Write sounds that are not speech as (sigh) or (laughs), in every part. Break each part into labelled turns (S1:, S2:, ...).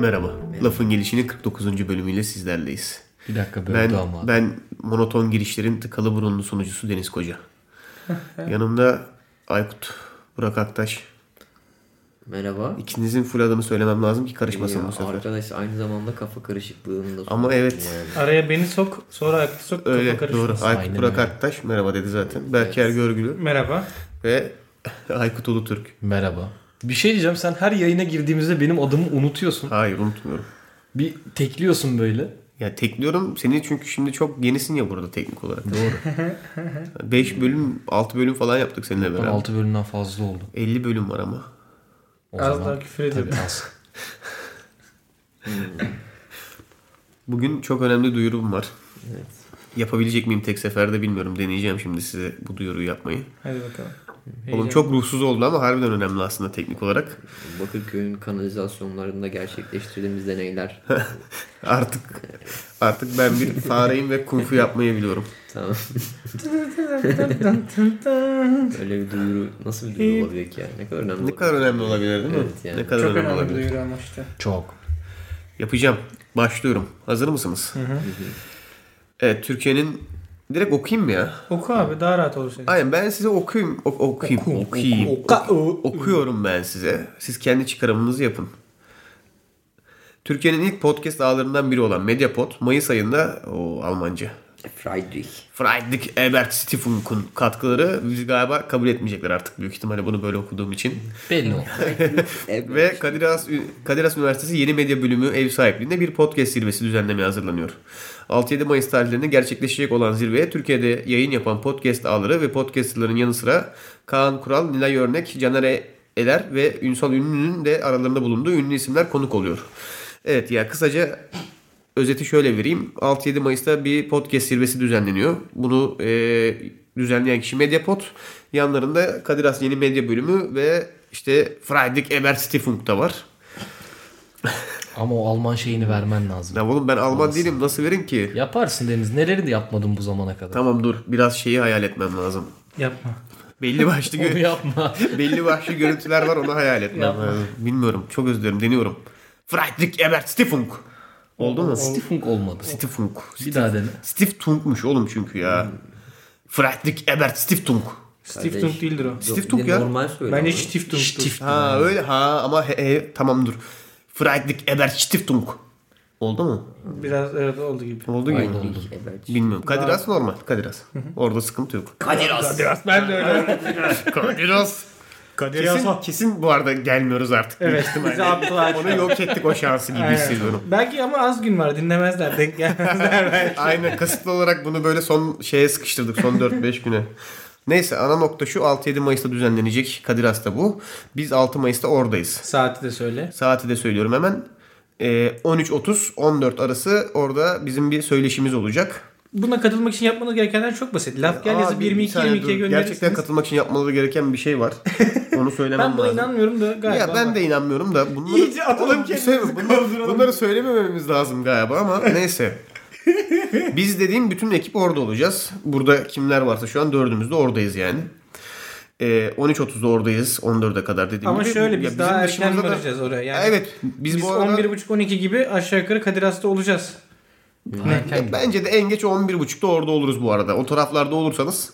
S1: Merhaba. Lafın Gelişi'nin 49. bölümüyle sizlerleyiz.
S2: Bir dakika böyle
S1: Ben
S2: ama.
S1: ben monoton girişlerin tıkalı burunlu sunucusu Deniz Koca. Yanımda Aykut, Burak Aktaş.
S3: Merhaba.
S1: İkinizin full adını söylemem lazım ki karışmasın
S3: Ya,
S1: bu sefer.
S3: Arkadaş aynı zamanda kafa karışıklığını da
S1: Ama evet.
S4: Araya beni sok, sonra ayakta sok, kafa
S1: Öyle
S4: karışmasın.
S1: doğru. Aykut
S2: Aynen
S1: Burak
S2: öyle.
S1: Aktaş merhaba dedi zaten. Berker Görgülü
S4: Merhaba.
S1: ve (laughs) Aykut Ulutürk.
S2: Merhaba. Bir şey diyeceğim sen her yayına girdiğimizde benim adımı unutuyorsun.
S1: Hayır unutmuyorum.
S2: Bir tekliyorsun böyle.
S1: Ya tekliyorum seni çünkü şimdi çok yenisin ya burada teknik olarak. Doğru. 5 bölüm, 6 bölüm falan yaptık seninle
S2: Ben
S1: beraber.
S2: 6 bölümden fazla oldu.
S1: 50 bölüm var ama.
S2: O
S4: Az daha küfür ediyorum.
S2: Tabii az.
S1: Bugün çok önemli duyurum var.
S3: Evet.
S1: Yapabilecek miyim tek seferde bilmiyorum. Deneyeceğim şimdi size bu duyuruyu yapmayı.
S4: Hadi bakalım.
S1: Oğlum
S4: Heyecan.
S1: çok ruhsuz oldu ama harbiden önemli aslında teknik olarak.
S3: Bakırköy'ün kanalizasyonlarında gerçekleştirdiğimiz deneyler.
S1: Artık artık ben bir fareyim ve kung fu yapmayı biliyorum.
S3: tamam. (laughs) Öyle bir duyuru nasıl bir duyuru olabilir ki yani? Ne kadar önemli
S1: Ne kadar
S3: olabilir?
S1: önemli olabilir değil mi?
S3: Evet yani.
S1: Ne kadar
S4: çok
S1: önemli,
S4: önemli bir
S1: olabilir.
S4: duyuru ama işte.
S2: Çok.
S1: Yapacağım. Başlıyorum. Hazır mısınız? Evet Türkiye'nin direkt okuyayım mı ya?
S4: Oku abi daha rahat olur senin.
S1: Aynen ben size okuyayım. Ok- okuyayım. okuyayım.
S4: Oka- o-
S1: Okuyorum ben size. Siz kendi çıkarımınızı yapın. Türkiye'nin ilk podcast ağlarından biri olan Mediapod Mayıs ayında o Almanca
S3: Friedrich.
S1: Friedrich Ebert Stiftung'un katkıları bizi galiba kabul etmeyecekler artık büyük ihtimalle bunu böyle okuduğum için.
S2: Belli o.
S3: Evet.
S1: Ve Kadir Has, Kadir Has Üniversitesi Yeni Medya Bölümü ev sahipliğinde bir podcast zirvesi düzenlemeye hazırlanıyor. 6-7 Mayıs tarihlerinde gerçekleşecek olan zirveye Türkiye'de yayın yapan podcast ağları ve podcastçıların yanı sıra Kaan Kural, Nilay Örnek, Caner E- Eler ve Ünsal Ünlü'nün de aralarında bulunduğu ünlü isimler konuk oluyor. Evet ya kısaca özeti şöyle vereyim. 6-7 Mayıs'ta bir podcast zirvesi düzenleniyor. Bunu e, düzenleyen kişi Mediapod. Yanlarında Kadir Has Yeni Medya Bölümü ve işte Friedrich Ebert Stiftung da var.
S2: Ama o Alman şeyini vermen lazım.
S1: Ya oğlum ben Alman değilim nasıl verin ki?
S2: Yaparsın Deniz. Neleri de yapmadın bu zamana kadar.
S1: Tamam dur biraz şeyi hayal etmem lazım.
S4: Yapma.
S1: Belli başlı
S2: Onu
S1: gö-
S2: yapma.
S1: (laughs) belli başlı görüntüler var onu hayal etmem
S2: Yapma.
S1: lazım. Bilmiyorum çok özlüyorum deniyorum. Friedrich Ebert Stiftung. Oldu mu?
S2: Stifung olmadı.
S1: Stiftung.
S2: Bir daha dene.
S1: Stiftung'muş oğlum çünkü ya. Friedrich Ebert Stiftung.
S4: Steve Tunk değildir o.
S3: Yok, bir de
S1: Stiftung ya.
S3: Normal söyle.
S4: Bence
S3: ama.
S4: Steve Tunk'tur.
S2: Stift.
S1: Ha öyle ha ama he, he, tamam dur. Friedrich Ebert Stiftung. Oldu mu?
S4: Biraz evet oldu gibi.
S1: Oldu gibi. mi?
S3: Friedrich Ebert.
S1: Bilmiyorum. Kadir Has normal. Kadir Has. Orada sıkıntı yok.
S3: Kadir Has.
S4: Ben de öyle.
S1: (laughs) Kadir Has. Kadir
S4: Has.
S1: kesin, kesin bu arada gelmiyoruz artık. büyük
S4: evet.
S1: ihtimalle. (laughs)
S4: Bizi attılar.
S1: Onu yok ettik o şansı gibi
S4: Aynen.
S1: hissediyorum.
S4: Belki ama az gün var dinlemezler. Denk
S1: (laughs)
S4: gelmezler belki.
S1: Aynen kasıtlı olarak bunu böyle son şeye sıkıştırdık son 4-5 güne. Neyse ana nokta şu 6-7 Mayıs'ta düzenlenecek Kadir Has'ta bu. Biz 6 Mayıs'ta oradayız.
S4: Saati de söyle.
S1: Saati de söylüyorum hemen. Ee, 13.30-14 arası orada bizim bir söyleşimiz olacak.
S4: Buna katılmak için yapmanız gerekenler çok basit. Laf gel yazıp
S1: Abi, bir saniye
S4: 22-22'ye
S1: dur.
S4: gönderirsiniz.
S1: Gerçekten katılmak için yapmaları gereken bir şey
S4: (laughs)
S1: var. Onu söylemem
S4: Ben buna
S1: lazım.
S4: inanmıyorum da galiba.
S1: ya ben de inanmıyorum da bunları,
S4: İyice atalım
S1: Oğlum, bir
S4: kendimizi,
S1: şey mi? bunları, bunları söylemememiz lazım galiba
S4: (laughs)
S1: ama neyse. Biz dediğim bütün ekip orada olacağız. Burada kimler varsa şu an dördümüz de oradayız yani. Ee, 13.30'da oradayız. 14'e kadar dediğim
S4: Ama
S1: gibi.
S4: şöyle
S1: Ya
S4: biz
S1: bizim
S4: daha erken
S1: dışımızda da-
S4: varacağız oraya. Yani
S1: Evet.
S4: Biz,
S1: Biz, bu arada...
S4: 11.30-12 gibi aşağı yukarı Kadir Has'ta olacağız.
S1: Ya Bence de en geç 11.30'da orada oluruz bu arada. O taraflarda olursanız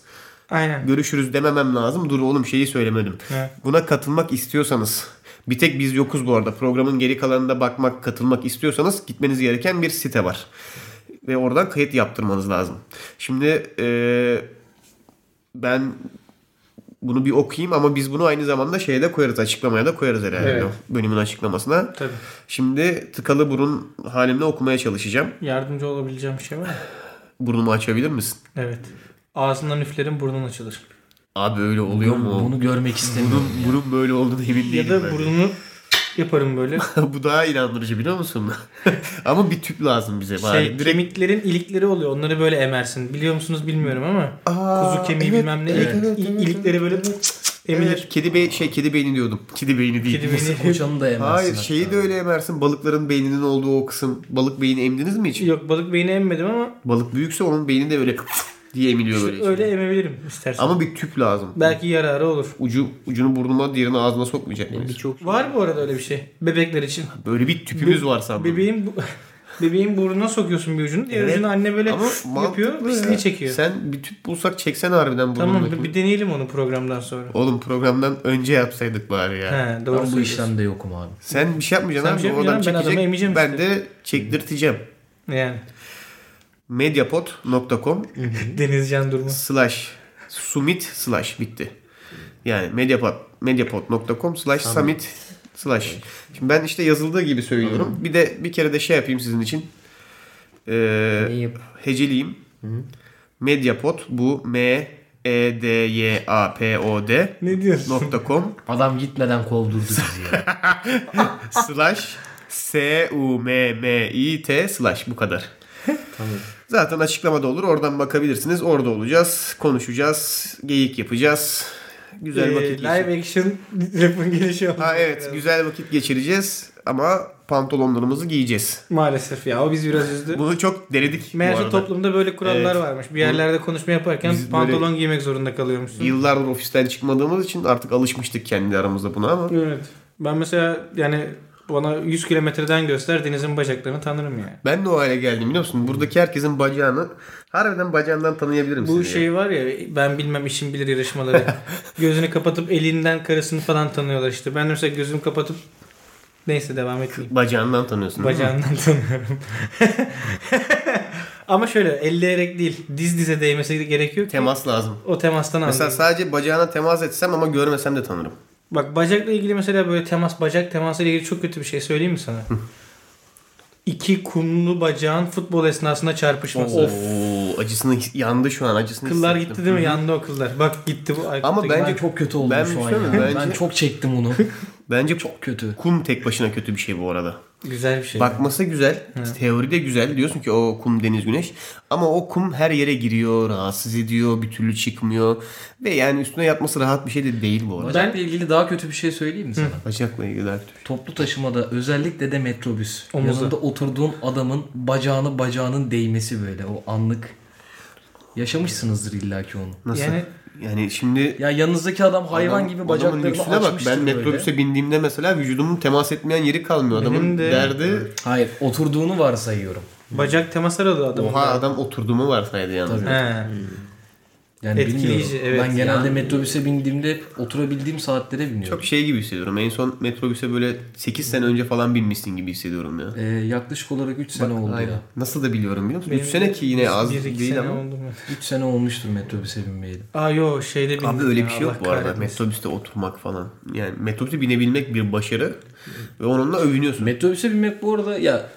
S4: Aynen.
S1: görüşürüz dememem lazım. Dur oğlum şeyi söylemedim.
S4: He.
S1: Buna katılmak istiyorsanız bir tek biz yokuz bu arada. Programın geri kalanında bakmak, katılmak istiyorsanız gitmeniz gereken bir site var. Ve oradan kayıt yaptırmanız lazım. Şimdi eee, ben bunu bir okuyayım ama biz bunu aynı zamanda şeyde koyarız. Açıklamaya da koyarız herhalde.
S4: Evet.
S1: Bölümün açıklamasına.
S4: Tabii.
S1: Şimdi tıkalı burun halimle okumaya çalışacağım.
S4: Yardımcı olabileceğim bir şey var mı?
S1: Burnumu açabilir misin?
S4: Evet. Ağzından üflerin burnun açılır.
S1: Abi öyle oluyor mu?
S2: Bunu görmek istemiyorum.
S1: bunun, bunun böyle olduğunu emin
S4: Ya
S1: değilim.
S4: da
S1: ben.
S4: burnunu yaparım böyle.
S1: Bu daha inandırıcı biliyor musun? (laughs) ama bir tüp lazım bize. (laughs) Bari.
S4: Şey,
S1: Direkt
S4: kemiklerin ilikleri oluyor. Onları böyle emersin. Biliyor musunuz bilmiyorum ama.
S1: Aa,
S4: kuzu kemiği
S1: evet,
S4: bilmem ne.
S1: evet,
S4: ilik-
S1: evet,
S4: i-
S1: evet,
S4: ilikleri böyle emilir.
S1: Evet, kedi be şey kedi beyni diyordum. Kedi beyni değil.
S4: Kedi beyni.
S2: Koçanı da yemezsin.
S1: Hayır
S2: hatta.
S1: şeyi de öyle emersin. Balıkların beyninin
S4: (laughs)
S1: olduğu o kısım. Balık beyni emdiniz mi hiç?
S4: Yok balık beyni emmedim ama
S1: Balık büyükse onun beyni de öyle (laughs) diye emiliyor böyle.
S4: İşte
S1: içinden.
S4: öyle emebilirim istersen.
S1: Ama bir tüp lazım.
S4: Belki yararı olur.
S1: Ucu ucunu burnuma diğerini ağzına sokmayacak mıyız?
S3: Birçok
S4: Var bu arada öyle bir şey. Bebekler için.
S1: Böyle bir tüpümüz var sandım. (laughs)
S4: Bebeğin bu- bebeğin burnuna sokuyorsun bir ucunu. Diğer
S1: Evet.
S4: ucunu anne böyle
S1: Ama
S4: yapıyor.
S1: mantıklı
S4: Pisliği
S1: ya.
S4: çekiyor.
S1: Sen bir tüp bulsak çeksen harbiden
S4: Tamam
S1: burnundaki.
S4: bir, bir deneyelim onu programdan sonra.
S1: Oğlum programdan önce yapsaydık bari ya.
S4: He, doğru
S3: ben bu
S4: söylüyorsun.
S3: işlemde yokum abi.
S1: Sen bir şey yapmayacaksın
S4: Sen
S1: abi.
S4: bir şey
S1: Oradan
S4: yapmayacaksın, ben adamı
S1: çekecek.
S4: emeceğim
S1: Ben
S4: işte.
S1: de çektirteceğim.
S4: Yani
S1: Mediapod.com
S4: (laughs) Denizcan Durmaz.
S1: slash summit slash bitti. Yani mediapod mediapod.com slash summit slash. Şimdi ben işte yazıldığı gibi söylüyorum. Bir de bir kere de şey yapayım sizin için. Ee,
S3: Ne yap?
S1: heceliyim. Mediapod bu M E D Y A P O D
S4: Ne diyorsun?
S1: nokta com
S3: Adam gitmeden kovdurdu bizi ya.
S4: Ah.
S1: slash S U M M I T slash bu kadar.
S3: Tamam.
S1: Zaten açıklamada olur. Oradan bakabilirsiniz. Orada olacağız. Konuşacağız. Geyik yapacağız. Güzel
S4: Ee,
S1: vakit geçireceğiz.
S4: Live action (laughs) rapın gelişi oldu.
S1: Ha evet.
S4: Biraz.
S1: Güzel vakit geçireceğiz. Ama pantolonlarımızı giyeceğiz.
S4: Maalesef ya o biz biraz üzdü.
S1: Bunu çok denedik bu
S4: Meğerse
S1: arada.
S4: toplumda böyle kurallar
S1: Evet.
S4: varmış. Bir yerlerde konuşma yaparken
S1: Biz
S4: pantolon
S1: böyle-
S4: giymek zorunda kalıyormuşsun.
S1: Yıllardır ofisten çıkmadığımız için artık alışmıştık kendi aramızda buna ama.
S4: Evet. Ben mesela yani bana 100 kilometreden göster denizin bacaklarını tanırım yani.
S1: Ben de o hale geldim biliyor musun? Buradaki herkesin bacağını harbiden bacağından tanıyabilirim
S4: Bu
S1: sizi ya.
S4: şey var ya ben bilmem işim bilir yarışmaları.
S1: (laughs)
S4: Gözünü kapatıp elinden karısını falan tanıyorlar işte. Ben de mesela gözümü kapatıp neyse devam etmeyeyim.
S1: Bacağından tanıyorsun değil mi?
S4: Bacağından
S1: (laughs)
S4: tanıyorum. Ama şöyle elleyerek değil diz dize değmesi gerekiyor ki
S1: Temas lazım.
S4: o temastan
S1: Mesela
S4: anlayayım.
S1: sadece bacağına temas etsem ama görmesem de tanırım.
S4: Bak bacakla ilgili mesela böyle temas bacak temasıyla ilgili çok kötü bir şey söyleyeyim mi sana? İki kumlu bacağın futbol esnasında çarpışması.
S1: Of. acısını his- yandı şu an acısını
S4: Kıllar
S1: hissettim.
S4: gitti değil mi? Yandı o kıllar. Bak gitti bu. ay,
S1: Ama
S4: gitti.
S1: bence
S3: Ben çok kötü oldum
S1: Ben
S3: şu an ya.
S1: düşünüyorum,
S3: Ben
S1: bence-
S3: çok
S1: (laughs)
S3: çektim bunu.
S1: Bence çok
S3: kötü.
S1: kum tek başına kötü bir şey bu arada.
S4: güzel bir şey.
S1: Bakması güzel, teoride güzel diyorsun ki o kum deniz güneş ama o kum her yere giriyor, rahatsız ediyor, bir türlü çıkmıyor ve yani üstüne yatması rahat bir şey de değil bu arada.
S3: Bacakla ilgili daha kötü bir şey söyleyeyim mi sana?
S1: Bacakla ilgili her türlü.
S3: Toplu taşımada özellikle de metrobüs.
S4: Omuzu.
S3: Yanında oturduğun adamın bacağını bacağının değmesi böyle o anlık. Yaşamışsınızdır illaki onu.
S1: Nasıl?
S4: Yani-
S1: Yani, şimdi
S3: Ya yanınızdaki adam hayvan
S1: adam-
S3: gibi
S1: adamın
S3: bacaklarını
S1: lüksüne bak.
S3: açmıştır
S1: Ben
S3: böyle.
S1: metrobüse bindiğimde mesela vücudumun temas etmeyen yeri kalmıyor.
S4: Benim
S1: Adamın
S4: de-
S1: derdi
S3: Hayır oturduğunu varsayıyorum.
S4: Bacak temas aradı adam.
S1: oha adam oturduğumu varsaydı yalnız.
S4: He.
S3: Yani
S4: Etkileyici,
S3: bilmiyorum.
S4: evet.
S3: ben genelde
S4: Yani-
S3: metrobüse bindiğimde oturabildiğim saatlere biniyorum.
S1: Çok şey gibi hissediyorum. En son metrobüse böyle 8 sene önce falan binmişsin gibi hissediyorum ya.
S3: Ee, yaklaşık olarak 3 sene oldu
S1: Aynen.
S3: ya.
S1: Nasıl da biliyorum biliyor musun?
S4: Benim
S1: 3 sene ki yine az
S4: bir, iki
S1: değil
S4: sene
S1: ama.
S4: oldu mu?
S3: 3 sene olmuştur metrobüse binmeyeli.
S4: Aa yo şeyde bindim.
S1: Abi öyle
S4: ya,
S1: bir şey yok
S4: Allah
S1: bu arada.
S4: kahretmesin.
S1: Metrobüste oturmak falan. Yani metrobüse binebilmek bir başarı. Ve onunla övünüyorsun.
S3: Metrobüse binmek bu arada ya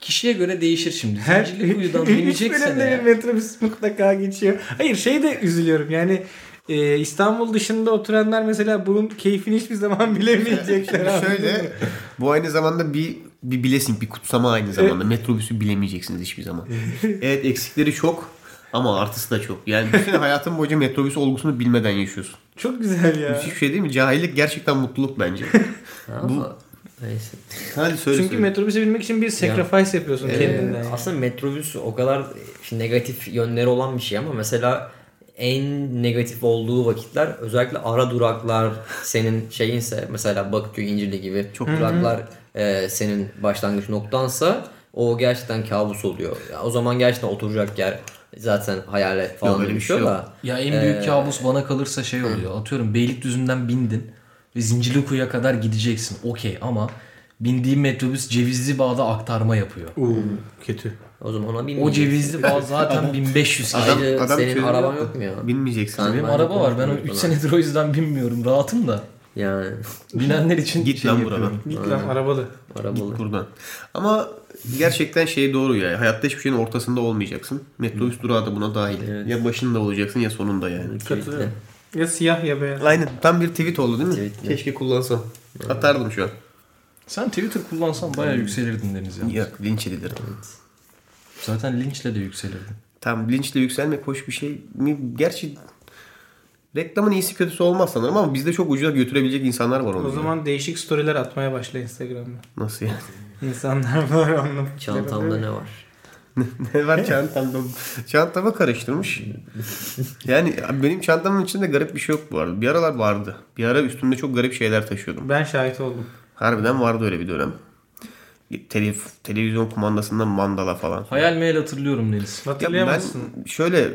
S3: kişiye göre değişir şimdi.
S4: Her
S3: Zincirli
S4: (laughs)
S3: kuyudan
S4: üç
S3: bineceksen
S4: bölümde
S1: (laughs)
S4: bir
S3: eğer.
S4: metrobüs mutlaka geçiyor. Hayır şey de üzülüyorum yani e, İstanbul dışında oturanlar mesela bunun keyfini hiçbir zaman (laughs) bilemeyecekler.
S1: Şimdi
S4: abi.
S1: şöyle bu aynı zamanda bir bir bilesin bir kutsama aynı zamanda. Metrobüsü bilemeyeceksiniz hiçbir
S4: (laughs)
S1: zaman. evet eksikleri çok ama artısı da çok. Yani
S4: (laughs)
S1: bütün hayatın boyunca metrobüs olgusunu bilmeden yaşıyorsun.
S4: Çok güzel ya.
S1: Müthiş bir şey değil mi? Cahillik gerçekten mutluluk
S4: (laughs)
S1: bence.
S3: Ama neyse.
S1: Hadi söyle.
S4: Çünkü
S1: söyle.
S4: metrobüse binmek için bir sacrifice yapıyorsun kendinden.
S5: Ee, aslında metrobüs o kadar e, negatif yönleri olan bir şey ama mesela en negatif olduğu vakitler özellikle ara duraklar senin şeyinse mesela Bakırköy İncirli gibi çok duraklar e, senin başlangıç noktansa o gerçekten kabus oluyor. Ya, o zaman gerçekten oturacak yer zaten hayalet falan
S1: öyle bir
S5: dönüşüyor
S1: şey yok.
S5: da.
S3: Ya en büyük kabus bana kalırsa şey oluyor. Atıyorum Beylikdüzü'nden bindin ve Zincirlikuyu'ya kadar gideceksin. Okey ama bindiğin metrobüs Cevizli Bağ'da aktarma yapıyor.
S4: kötü.
S5: O zaman ona
S3: O
S5: binmeyeceksin.
S3: Cevizli (laughs) Bağ zaten 1500 km.
S5: Ayrıca
S1: Adam- adam
S5: senin
S1: çözüm
S5: araban
S1: yaptı.
S5: yok mu ya?
S1: Binmeyeceksin.
S5: Sen-
S1: değil mi?
S3: Benim
S5: Ben de
S3: araba var. Ben
S5: konuşmuyorum
S3: 3
S5: falan.
S3: senedir o yüzden binmiyorum. Rahatım da.
S5: Yani (laughs)
S3: Bilenler için
S1: Git
S3: şey
S1: lan
S3: yapıyorum.
S1: buradan.
S4: Git lan arabalı.
S5: arabalı.
S1: Buradan. Ama gerçekten şey doğru ya. Hayatta hiçbir şeyin ortasında olmayacaksın. Metrobüs durağı da buna dahil. Ya başında olacaksın ya sonunda yani.
S4: Katılıyorum. Ya siyah ya beyaz.
S1: Aynen. Tam bir tweet oldu değil mi?
S5: Tweet mi?
S1: Keşke kullansam. Atardım şu an.
S3: Sen Twitter kullansan bayağı yükselirdin Deniz ya.
S1: Yok linç edilirim.
S3: Zaten linçle de yükselirdin.
S1: Tam linçle yükselmek hoş bir şey mi? Gerçi reklamın iyisi kötüsü olmaz sanırım ama bizde çok ucuza götürebilecek insanlar var onu.
S4: O
S1: ya.
S4: zaman değişik storyler atmaya başla Instagram'da.
S1: Nasıl yani?
S4: İnsanlar (laughs) var anlamı.
S5: Çantamda ne var?
S1: (laughs) ne var çantamda? Çantama karıştırmış. Yani benim çantamın içinde garip bir şey yok bu arada. Bir aralar vardı. Bir ara üstümde çok garip şeyler taşıyordum.
S4: Ben şahit oldum.
S1: Harbiden vardı öyle bir dönem. Telef, televizyon kumandasından mandala falan.
S3: Hayal meyal hatırlıyorum Deniz.
S1: Ya ben
S4: Hatırlayamazsın.
S1: şöyle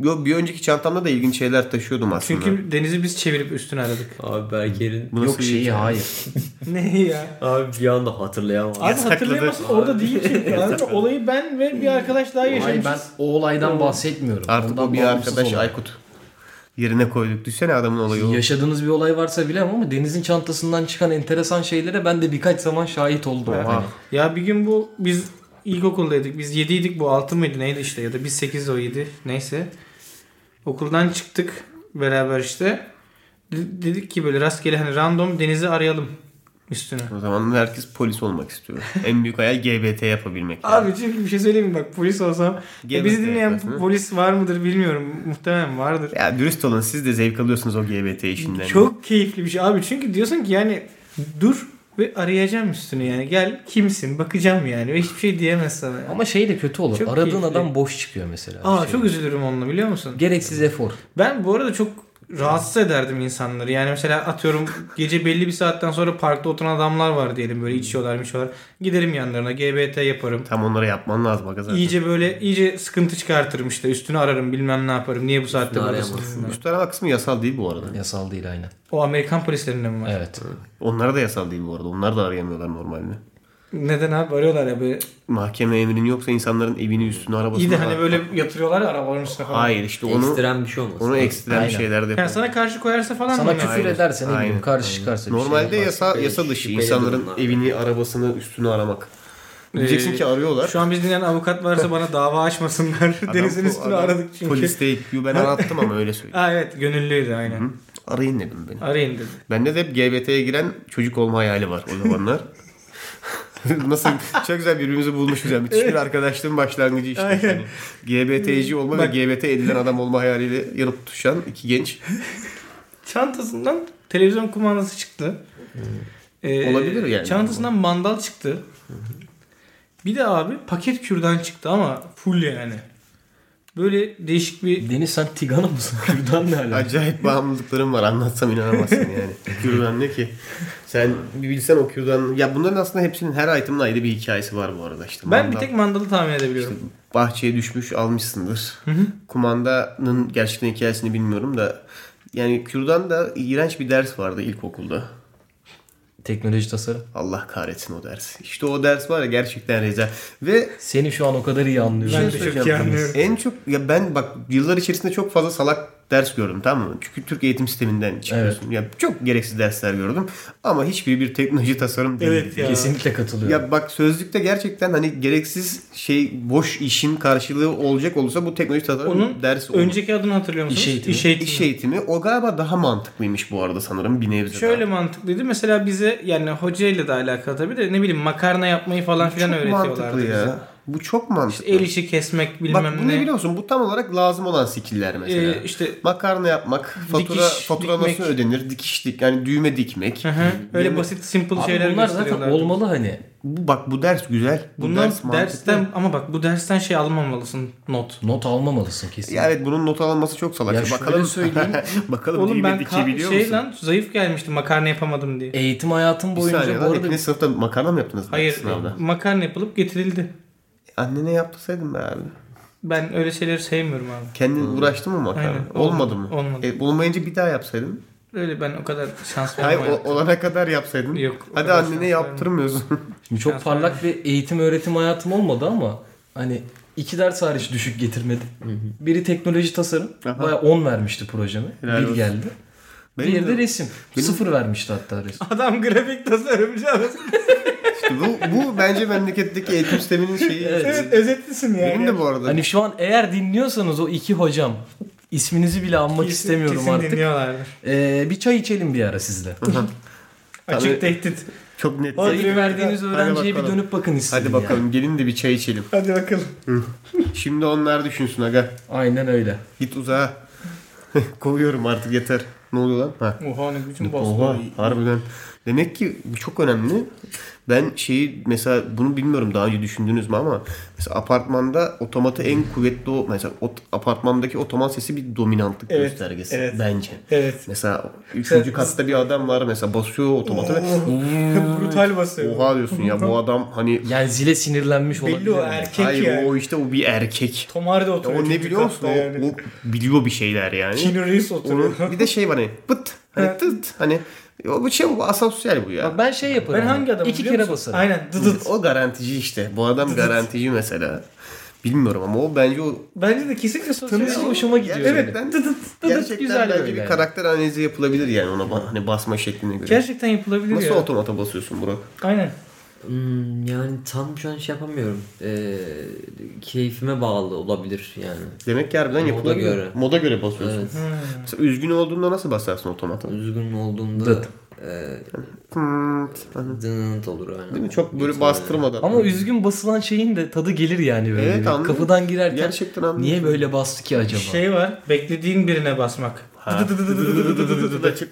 S1: yo, bir önceki çantamda da ilginç şeyler taşıyordum aslında.
S4: Çünkü şey denizi biz çevirip üstüne aradık.
S5: Abi Berker'in
S1: Bu nasıl
S3: Yok
S1: bir şey?
S3: şeyi
S1: hikaye?
S3: hayır.
S4: (laughs) ne ya?
S5: abi bir anda hatırlayamadım.
S4: Abi hatırlayamazsın orada değil çünkü. (laughs) Abi olayı ben ve bir arkadaş daha
S3: Hayır
S4: yaşamışız.
S3: ben o olaydan bahsetmiyorum.
S1: Artık
S3: Ondan
S1: o bir
S3: bağımsız
S1: arkadaş
S3: olarak.
S1: Aykut. Yerine koyduk. Düşsene adamın olayı o.
S3: Yaşadığınız bir olay varsa bilemem ama Deniz'in çantasından çıkan enteresan şeylere ben de birkaç zaman şahit oldum. Hani
S1: Oha.
S4: Ya bir gün bu biz ilkokuldaydık. Biz 7'ydik bu 6 mıydı neydi işte ya da biz 8 o 7 neyse. Okuldan çıktık beraber işte. D- dedik ki böyle rastgele hani random denizi arayalım üstüne.
S1: O zaman herkes polis olmak istiyor. en büyük hayal GBT yapabilmek. yani.
S4: Abi çünkü bir şey söyleyeyim mi bak polis olsam. E, bizi
S1: GBT
S4: dinleyen
S1: yaparsın, ha?
S4: polis var mıdır bilmiyorum. Muhtemelen vardır.
S1: Ya dürüst olun siz de zevk alıyorsunuz o GBT işinden.
S4: Çok keyifli bir şey abi çünkü diyorsun ki yani dur ve arayacağım üstüne yani gel kimsin bakacağım yani ve hiçbir şey diyemez sana. yani.
S3: Ama şey de kötü olur.
S4: Çok
S3: Aradığın
S4: keyifli.
S3: adam boş çıkıyor mesela.
S4: Aa
S3: Şey.
S4: çok üzülürüm onunla biliyor musun?
S3: Gereksiz efor.
S4: Ben bu arada çok rahatsız ederdim insanları. Yani mesela atıyorum gece belli bir saatten sonra parkta oturan adamlar var diyelim böyle içiyorlar içiyorlar. Giderim yanlarına GBT yaparım.
S1: Tam onlara yapman lazım aga zaten.
S4: İyice böyle iyice sıkıntı çıkartırım işte üstünü ararım bilmem ne yaparım. Niye bu saatte
S5: Üstünü
S4: buradasın?
S5: arayamazsın.
S4: bilmem ne.
S1: Üst arama kısmı yasal değil bu arada.
S3: Yasal değil aynen.
S4: O Amerikan polislerinde mi var?
S3: Evet.
S1: Onlara da yasal değil bu arada. Onlar da arayamıyorlar normalde.
S4: Neden abi arıyorlar ya böyle.
S1: Mahkeme emrin yoksa insanların evini üstünü arabasını...
S4: İyi de hani böyle yatırıyorlar ya arabaların üstüne falan.
S1: Hayır işte onu,
S5: Ekstrem bir şey olmasın.
S1: onu ekstrem şeyler de
S4: Yani
S1: yapıyor.
S4: sana karşı koyarsa falan
S3: Sana
S4: mı?
S3: küfür
S1: Aynen.
S3: edersen ne
S1: Aynen.
S3: bileyim karşı çıkarsa bir şey
S1: Normalde
S3: olmaz.
S1: yasa,
S5: Şüpheli-
S1: yasa dışı
S5: şüpheli
S1: insanların
S5: durumlar.
S1: evini, arabasını, üstünü aramak. Diyeceksin
S4: Ee,
S1: ki arıyorlar.
S4: Şu an biz dinleyen avukat varsa bana dava açmasınlar.
S1: Adam-
S4: (laughs) Denizin üstünü
S1: adam
S4: aradık çünkü.
S1: Polis değil. Yo, ben anlattım ama öyle söyleyeyim.
S4: Aa evet gönüllüydü aynen.
S1: Arayın dedim beni.
S4: Arayın dedi.
S1: Bende de hep GBT'ye giren çocuk olma hayali var o zamanlar. (laughs) Nasıl çok güzel birbirimizi bulmuşuz yani. Müthiş bir arkadaşlığın başlangıcı işte. Hani Yani GBT'ci olma
S4: Bak-
S1: ve GBT edilen adam olma hayaliyle yanıp tutuşan iki genç.
S4: Çantasından televizyon kumandası çıktı. Ee,
S1: Olabilir yani.
S4: Çantasından mandal çıktı. Bir de abi paket kürdan çıktı ama full yani. Böyle değişik bir
S3: Deniz sen tigana mısın? (laughs) Kürdan ne alaka?
S1: Acayip bağımlılıklarım var anlatsam inanamazsın yani. Kürdan ne ki? Sen bir bilsen o kürdan. Ya bunların aslında hepsinin her item'ın ayrı bir hikayesi var bu arada işte.
S4: ben
S1: Mandal-
S4: bir tek mandalı tahmin edebiliyorum.
S1: bahçeye düşmüş almışsındır. Kumandanın gerçekten hikayesini bilmiyorum da yani kürdan da iğrenç bir ders vardı ilkokulda.
S3: Teknoloji tasarım.
S1: Allah kahretsin o ders. İşte o ders var ya gerçekten reca. Ve
S3: Seni şu an o kadar iyi anlıyorum.
S4: Ben de çok iyi anlıyorum.
S1: en çok ya ben bak yıllar içerisinde çok fazla salak ders gördüm tamam mı? Çünkü Türk eğitim sisteminden çıkıyorsun. Ya çok gereksiz dersler gördüm ama hiçbir bir teknoloji tasarım değil.
S4: Evet ya.
S3: Kesinlikle katılıyorum.
S1: Ya bak sözlükte gerçekten hani gereksiz şey boş işin karşılığı olacak olursa bu teknoloji tasarım
S4: Onun
S1: dersi olur.
S4: Önceki adını hatırlıyor musunuz?
S3: İş eğitimi.
S4: İş eğitimi.
S1: İş eğitimi o galiba daha mantıklıymış bu arada sanırım bir nebze.
S4: Şöyle
S1: daha.
S4: mantıklıydı. Mesela bize yani hocayla da alakalı tabii de ne bileyim makarna yapmayı falan filan
S1: çok
S4: öğretiyorlardı
S1: mantıklı
S4: bize.
S1: ya. Bu çok mantıklı.
S4: El işi kesmek bilmem
S1: Bak bu ne
S4: ne.
S1: biliyor musun? Bu tam olarak lazım olan skill'ler mesela.
S4: Ee, işte
S1: Makarna yapmak, fatura
S4: Dikiş,
S1: fatura
S4: dikmek.
S1: nasıl ödenir? Dikiş dik yani düğme dikmek.
S4: Hı hı. Öyle
S1: Yemek-
S4: basit simple
S3: Abi
S4: şeyler
S3: bunlar zaten
S4: gösteriyorlardı.
S3: olmalı hani.
S1: Bu bak bu ders güzel. Bu
S4: Bunlar
S1: ders mantıklı.
S4: dersten ama bak bu dersten şey almamalısın not.
S3: Not almamalısın kesin.
S1: Ya evet bunun not alınması çok salak.
S3: Ya şöyle
S1: bakalım
S3: söyleyeyim.
S1: (laughs) bakalım
S4: Oğlum
S1: düğme
S4: ben ka-
S1: dikebiliyor
S4: şey
S1: musun?
S4: lan zayıf gelmiştim makarna yapamadım diye.
S3: Eğitim hayatım
S1: bir saniye
S3: boyunca bu
S1: lan.
S3: arada
S1: Hepiniz sınıfta makarna mı yaptınız?
S4: Hayır e,
S1: Sınavda.
S4: makarna yapılıp getirildi.
S1: Annene yaptırsaydın be abi.
S4: Ben öyle şeyleri sevmiyorum abi.
S1: Kendin uğraştın mı makarna?
S4: Aynen.
S1: Olmadı
S4: Olmadı.
S1: mı?
S4: Olmadı.
S1: E, olmayınca bir daha yapsaydın.
S4: Öyle ben o kadar şans
S1: Hayır
S4: vermem.
S1: o- olana kadar yapsaydın.
S4: Yok, o
S1: Hadi
S4: kadar
S1: annene
S4: şans
S1: yaptırmıyorsun. (laughs)
S3: Şimdi çok parlak bir eğitim öğretim hayatım olmadı ama hani iki ders hariç düşük getirmedim. Biri teknoloji tasarım.
S1: Aha.
S3: Bayağı 10 vermişti projeme.
S1: Helal
S3: bir
S1: olsun.
S3: geldi.
S1: Benim
S3: Diğeri de
S1: de
S3: resim. Sıfır vermişti hatta resim.
S4: Adam grafik tasarımcı adam.
S1: işte bu, bu bence memleketteki eğitim sisteminin şeyi.
S4: evet özetlisin yani.
S1: Benim de bu arada.
S3: Hani şu an eğer dinliyorsanız o iki hocam isminizi bile anmak
S4: Kesin-
S3: istemiyorum
S4: kesin
S3: artık.
S4: dinliyorlardır.
S3: Ee, bir çay içelim bir ara sizle.
S1: Tabii.
S4: Açık tehdit.
S1: çok net.
S3: İlk verdiğiniz
S1: Hadi
S3: öğrenciye bir
S1: bakalım.
S3: dönüp bakın istedim.
S1: Hadi bakalım gelin de bir çay içelim.
S4: Hadi bakalım.
S1: Şimdi onlar düşünsün aga.
S3: Aynen öyle.
S1: Git uzağa. (laughs) Kovuyorum artık yeter. Ne oluyor lan? Ha.
S4: Oha ne gücüm bastı.
S1: Oha harbiden. Demek ki bu çok önemli. Ben şeyi mesela bunu bilmiyorum daha önce düşündünüz mü ama mesela apartmanda otomatı en kuvvetli o mesela ot, apartmandaki otomat sesi bir dominantlık
S6: Evet,
S1: göstergesi
S6: evet.
S1: bence.
S6: Evet.
S1: Mesela üçüncü katta bir adam var mesela basıyor otomatı ve
S6: Brutal basıyor.
S1: oha diyorsun ya bu adam hani
S3: Yani zile sinirlenmiş olabilir.
S6: Belli o er-
S3: mi?
S6: erkek
S1: hayır
S6: yani.
S1: o işte o bir erkek.
S6: Tomar da
S1: Ya
S6: oturuyor.
S1: o ne
S6: üçüncü
S1: biliyor musun?
S6: katta
S1: O,
S6: yani.
S1: o biliyor bir şeyler yani.
S6: Keanu Reeves oturuyor.
S1: Onun bir de şey var hani pıt hani tıt hani o bu şey bu asosyal bu ya.
S3: Bak ben şey yaparım.
S6: Ben hangi adamım
S3: İki
S6: biliyor
S3: kere
S6: musun?
S3: basarım.
S6: Aynen dıdıt.
S1: O garantici işte. Bu adam garantici mesela. Bilmiyorum ama o bence o
S6: Bence de kesinlikle sosyal.
S3: Tanısı hoşuma gidiyor.
S1: Evet
S3: benim.
S1: ben
S3: Dıdıt
S1: gerçekten
S3: güzel
S1: bence
S3: böyle
S1: bir
S3: yani.
S1: karakter analizi yapılabilir yani ona ba- hani basma şekline göre.
S6: Gerçekten yapılabilir
S1: Nasıl
S6: ya.
S1: otomata basıyorsun Burak?
S6: Aynen.
S5: Hmm, yani tam şu an şey yapamıyorum. Ee, keyfime bağlı olabilir yani.
S1: Demek ki harbiden
S5: Moda
S1: yapılabilir.
S5: göre.
S1: Moda göre basıyorsun.
S5: Evet.
S1: Mesela üzgün olduğunda nasıl basarsın otomata?
S5: Üzgün olduğumda
S3: Dıt.
S5: e,
S1: Tırt, hani.
S5: dınınt olur aynen.
S1: Değil mi? Çok böyle
S5: Gitsin
S1: bastırmadan.
S3: Ama üzgün basılan şeyin de tadı gelir yani böyle.
S1: Hmm. Evet,
S3: bir.
S1: anladım.
S3: Kapıdan girerken
S1: gerçekten anladım.
S3: niye böyle bastı ki acaba?
S4: Şey var. Beklediğin birine basmak.
S1: Ha. Çok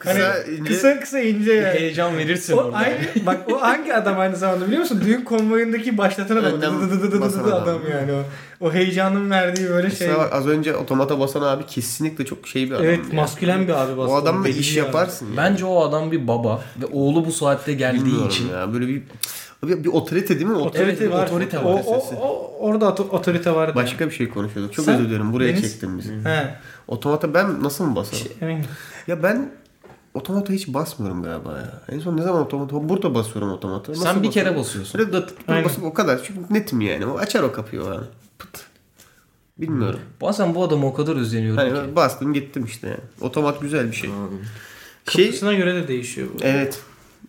S1: kısa, ince.
S6: Hani Kısa kısa ince
S1: Şey-
S3: Bir
S6: yani.
S3: heyecan verirsin
S4: O
S3: orada.
S4: aynı, bak o hangi adam aynı zamanda biliyor musun? Düğün konvoyundaki başlatan adam.
S1: Önden
S4: Dı dı dı dı dı
S1: basan
S4: dı dı adam
S1: adam.
S4: yani o. O heyecanın verdiği böyle şey.
S1: Mesela bak, az önce otomata basan abi kesinlikle çok şey bir adam.
S4: Evet maskülen bir abi bastı.
S1: O adamla
S4: Delici
S1: iş
S4: bir
S1: yaparsın. ya.
S3: Bence o adam bir baba ve oğlu bu saatte geldiği
S1: Bilmiyorum
S3: için
S1: ya böyle bir bir, bir otorite değil mi? Otorite.
S4: Otorite
S3: Evet,
S4: var.
S3: otorite var.
S4: O, o, o, orada oto- otorite vardı.
S1: Başka bir şey konuşuyorduk. Çok
S4: Sen-
S1: özür dilerim. Buraya
S4: Deniz-
S1: çektim bizi.
S4: He.
S1: Otomata ben nasıl mı basarım?
S3: Şey-
S4: eminim.
S1: Ya ben otomata hiç basmıyorum galiba ya. En son ne zaman otomata? Burada basıyorum otomata. Nasıl
S3: sen bir kere
S1: basıyorum?
S3: basıyorsun.
S1: Şöyle dat-
S4: Aynen.
S1: basıp o kadar. Çünkü netim yani. O açar o kapıyı o yani. Pıt. Bilmiyorum.
S3: Bazen bu adama o kadar özleniyorum
S1: Hani
S3: ki.
S1: ben bastım gittim işte yani. Otomat güzel bir şey. Şey
S4: Kapısına göre de değişiyor bu.
S1: evet.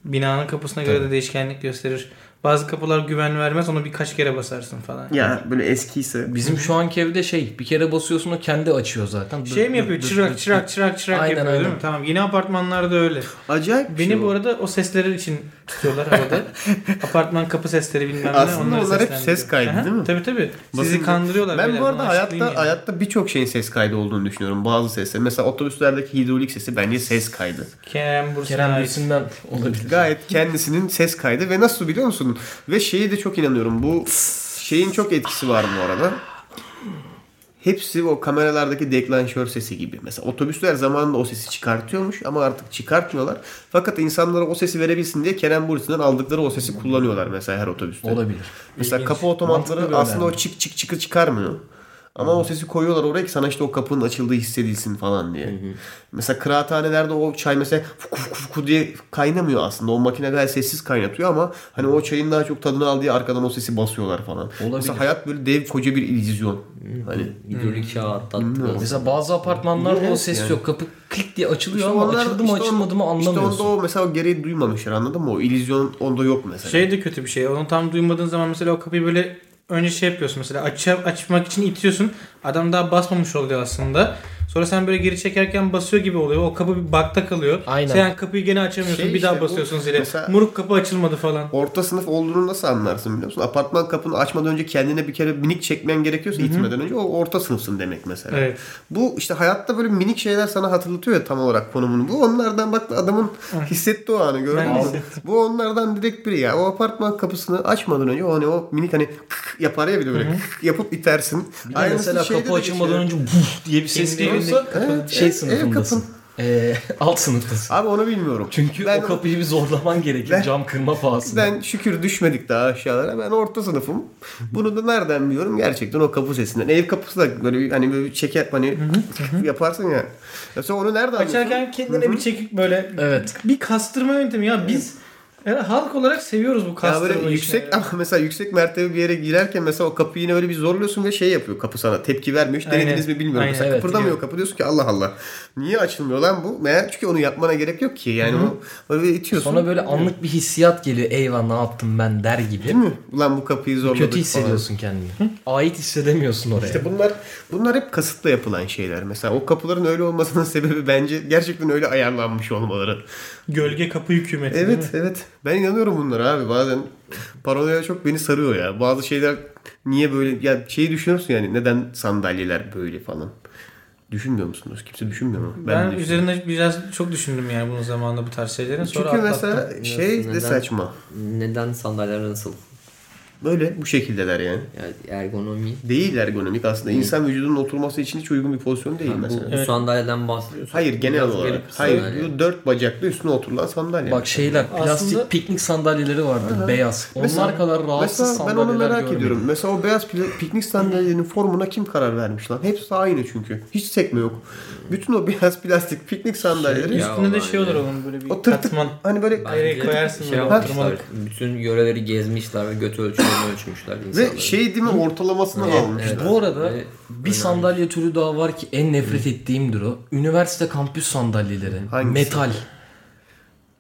S4: Binanın kapısına göre de değişkenlik gösterir. Bazı kapılar güven vermez onu birkaç kere basarsın falan.
S1: Ya böyle eskiyse
S3: Bizim şu anki evde şey bir kere basıyorsun o kendi açıyor zaten.
S4: Şey mi
S3: Dıt
S4: yapıyor?
S3: dıt dıt
S4: Çırak
S3: dıt.
S4: çırak çırak çırak
S3: Aynen,
S4: yapıyor değil
S3: aynen.
S4: mi? Tamam. Yeni apartmanlarda öyle.
S1: acayip bir
S4: Beni
S1: şey
S4: bu arada o sesleri için
S1: (laughs)
S4: tutuyorlar havada. Apartman kapı sesleri bilmem ne.
S1: Aslında
S4: onları
S1: onlar hep
S4: seslendiriyor.
S1: ses kaydı
S4: Aha,
S1: değil mi?
S4: Tabii tabii. Sizi
S1: Basın-
S4: kandırıyorlar.
S1: Ben
S4: beyler,
S1: bu
S4: bunu
S1: arada hayatta
S4: açıklayayım yani.
S1: hayatta birçok şeyin ses kaydı olduğunu düşünüyorum. Bazı sesler. Mesela otobüslerdeki hidrolik sesi bence ses kaydı.
S4: Kerem Bursin'e
S3: Kerem
S4: ait.
S3: Bürsin'den (laughs) olabilir.
S1: Gayet kendisinin ses kaydı ve nasıl biliyor musun? Ve şeye de çok inanıyorum. Bu şeyin çok etkisi var bu arada. Hepsi o kameralardaki deklanşör sesi gibi. Mesela otobüsler zamanında o sesi çıkartıyormuş ama artık çıkartmıyorlar. Fakat insanlara o sesi verebilsin diye Kerem Bursin'den aldıkları o sesi kullanıyorlar mesela her otobüste.
S3: Olabilir.
S1: Mesela
S3: İlginç.
S1: kapı
S3: Mantıklı
S1: otomatları
S3: bir
S1: aslında o
S3: önerme.
S1: çık çık çıkı çıkarmıyor. Ama o sesi koyuyorlar oraya ki sana işte o kapının açıldığı hissedilsin falan diye. Mesela kıraathanelerde o çay mesela fuku fuku fuku diye kaynamıyor aslında. O makine gayet sessiz kaynatıyor ama hani o çayın daha çok tadını al diye arkadan o sesi basıyorlar falan.
S3: Olabilir.
S1: Mesela hayat böyle dev koca bir illüzyon. Hani
S5: Hidrolik çağı atlattık.
S1: Bilmiyorum.
S5: aslında.
S3: Mesela bazı apartmanlarda
S1: Evet,
S3: o ses
S1: yani.
S3: yok. Kapı klik diye açılıyor
S1: İşte
S3: ama
S1: onlar-
S3: açıldı mı
S1: işte
S3: açılmadı mı
S1: on- işte
S3: anlamıyorsun.
S1: onda o mesela o gereği duymamışlar anladın mı? O illüzyon onda yok mesela.
S4: Şey de kötü bir şey. Onu tam duymadığın zaman mesela o kapıyı böyle önce şey yapıyorsun mesela aç, açmak için itiyorsun. Adam daha basmamış oluyor aslında. Sonra sen böyle geri çekerken basıyor gibi oluyor. O kapı bir bakta kalıyor.
S3: Aynen.
S4: Sen kapıyı gene açamıyorsun.
S1: Şey
S4: bir daha
S1: işte bu-
S4: basıyorsun zile.
S1: mesela-
S4: Muruk kapı açılmadı falan.
S1: Orta sınıf olduğunu nasıl anlarsın biliyor musun? Apartman kapını açmadan önce kendine bir kere minik çekmen gerekiyorsa itmeden önce o orta sınıfsın demek mesela.
S4: Evet.
S1: Bu işte hayatta böyle minik şeyler sana hatırlatıyor ya tam olarak konumunu. Bu onlardan bak adamın hissetti o anı gördün
S4: Ben
S1: mü?
S4: hissettim.
S1: Bu onlardan direkt biri ya. O apartman kapısını açmadan önce o hani o minik hani kık yapar ya bir de böyle kık yapıp itersin.
S3: Bir de
S1: Aynısı
S3: mesela
S1: şeyde
S3: kapı
S1: de
S3: açılmadan
S1: geçiyor.
S3: önce buf diye bir ses
S4: Kendi
S3: geliyorsa
S1: Evet,
S3: şey
S1: evet,
S3: sınıfındasın. Ee, (laughs) alt sınıftasın.
S1: Abi onu bilmiyorum.
S3: Çünkü
S1: Ben-
S3: o kapıyı bir zorlaman gerekir
S1: Ben-
S3: cam kırma pahasına.
S1: Ben şükür düşmedik daha aşağılara. Ben orta sınıfım. Bunu da nereden biliyorum? Gerçekten o kapı sesinden. Ev kapısı da böyle bir- hani böyle bir çeker hani yaparsın ya. Ya sen onu nereden biliyorsun?
S4: Açarken kendine bir çekik böyle
S3: Evet.
S4: bir kastırma yöntemi ya. Biz yani halk olarak seviyoruz bu
S1: ya
S4: kastırma
S1: böyle yüksek ah,
S4: işini.
S1: ama (laughs) mesela yüksek mertebe bir yere girerken mesela o kapıyı yine öyle bir zorluyorsun ve şey yapıyor kapı sana tepki vermiyor. Hiç
S4: Aynen.
S1: denediniz mi bilmiyorum.
S4: Aynen,
S1: mesela
S3: evet,
S1: kıpırdamıyor
S4: biliyorum.
S1: kapı diyorsun ki Allah Allah. Niye açılmıyor lan bu? Meğer çünkü onu yapmana gerek yok ki. Yani o böyle itiyorsun.
S3: Sonra böyle anlık bir hissiyat geliyor. Eyvah ne yaptım ben der gibi.
S1: Değil mi? Ulan bu kapıyı zorladık
S3: Kötü
S1: falan.
S3: hissediyorsun kendini. Ait hissedemiyorsun oraya.
S1: İşte bunlar bunlar hep kasıtla yapılan şeyler. Mesela o kapıların öyle olmasının (laughs) sebebi bence gerçekten öyle ayarlanmış olmaları.
S4: Gölge kapı hükümeti. değil mi?
S1: Evet evet. Ben inanıyorum bunlara abi. Bazen paranoya çok beni sarıyor ya. Bazı şeyler niye böyle ya şeyi düşünürsün yani neden sandalyeler böyle falan. Düşünmüyor musunuz? Kimse düşünmüyor mu?
S4: Ben,
S1: de düşünüyorum.
S4: üzerinde biraz çok düşündüm yani bunun zamanında bu tarz şeylerin. Sonra
S1: Çünkü
S4: atlattım.
S1: mesela şey de
S5: Neden?
S1: saçma.
S5: Neden sandalyeler nasıl?
S1: Böyle bu şekildeler yani.
S5: Yani ergonomi.
S1: Değil ergonomik aslında. İnsan vücudunun oturması için hiç uygun bir pozisyon değil
S5: Bu,
S1: mesela.
S5: bu sandalyeden bahsediyorsun.
S1: Hayır genel
S5: Biraz
S1: olarak.
S5: garip bir
S1: Hayır
S5: sandalye.
S1: bu dört bacaklı üstüne oturulan sandalye.
S3: Bak şeyler plastik
S4: Aslında-
S3: piknik sandalyeleri vardı beyaz. Onlar
S1: Mesela-
S3: kadar rahatsız
S1: Mesela ben
S3: sandalyeler
S1: onu merak
S3: görmedim.
S1: ediyorum. Mesela o beyaz pil- piknik sandalyelerinin formuna kim karar vermiş lan? Hepsi aynı çünkü. Hiç sekme yok. Bütün o (laughs) beyaz plastik piknik sandalyeleri
S5: Şey Ya
S4: Üstünde de
S5: vallahi
S4: şey olur
S5: ya.
S4: onun böyle bir
S1: o tırtık
S4: katman.
S1: hani böyle
S5: Bence
S4: Nereye koyarsın
S5: şey
S4: böyle
S5: yapmışlar,
S4: oturmalık.
S5: Bütün yöreleri gezmişler ve göt ölçülerini ölçmüşler.
S1: ve
S5: insanların.
S1: şey değil mi ortalamasını
S5: Evet,
S1: almışlar.
S5: evet.
S3: Bu arada
S5: Ve
S3: bir sandalye türü daha var ki en nefret ettiğimdir o. Üniversite kampüs sandalyeleri.
S1: Hangisi?
S3: Metal.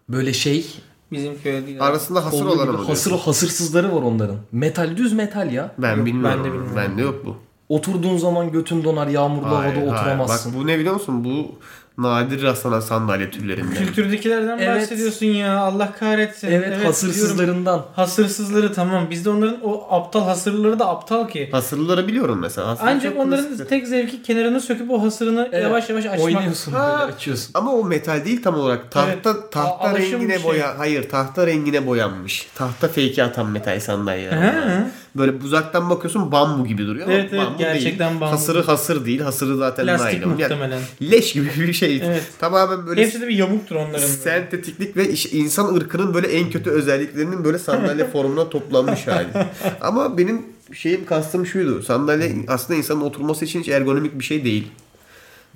S3: Böyle şey
S4: Bizim köyde değil.
S1: Arasında hasır
S3: kollu
S1: olan
S3: gibi
S1: ama
S3: hasır,
S1: diyorsun.
S3: hasırsızları var onların. Metal düz metal ya.
S1: Ben
S4: Yok,
S1: bilmiyorum.
S4: ben de
S1: Ben de
S4: bilmiyorum.
S1: yok bu.
S3: Oturduğun zaman götün donar yağmurlu
S1: Hayır,
S3: havada
S1: hayır.
S3: oturamazsın.
S1: Bak bu ne biliyor musun? Bu nadir rastlanan sandalye türlerinden.
S4: (laughs) Kültürdekilerden
S3: Evet.
S4: bahsediyorsun ya. Allah kahretsin.
S3: evet,
S4: biliyorum.
S3: hasırsızlarından.
S4: Hasırsızları tamam. Bizde onların o aptal hasırları da aptal ki.
S1: Hasırlıları biliyorum mesela. Hasır
S4: Ancak
S1: çok
S4: onların
S1: klasiktir.
S4: tek zevki kenarını söküp o hasırını
S3: Evet,
S4: yavaş yavaş açmak.
S3: Oynuyorsun böyle
S1: Ha.
S3: açıyorsun.
S1: Ama o metal değil tam olarak. Tahta tahta
S4: A- alışım
S1: rengine
S4: bir şey.
S1: boya. Hayır, tahta rengine boyanmış. Tahta fake'i atan metal sandalye.
S4: He.
S1: Böyle uzaktan bakıyorsun bambu gibi duruyor ama
S4: Evet, evet,
S1: bambu
S4: gerçekten
S1: değil.
S4: bambu.
S1: Hasırı hasır değil. Hasırı zaten
S4: Plastik
S1: naylon. Yani
S4: muhtemelen.
S1: leş gibi (laughs) bir şey.
S4: Evet.
S1: Tamamen böyle
S4: Hepsi de bir yamuktur onların. böyle.
S1: sentetiklik ve iş- insan ırkının böyle en kötü özelliklerinin böyle
S4: (laughs)
S1: sandalye formuna toplanmış hali. Ama benim şeyim kastım şuydu. Sandalye aslında insanın oturması için hiç ergonomik bir şey değil.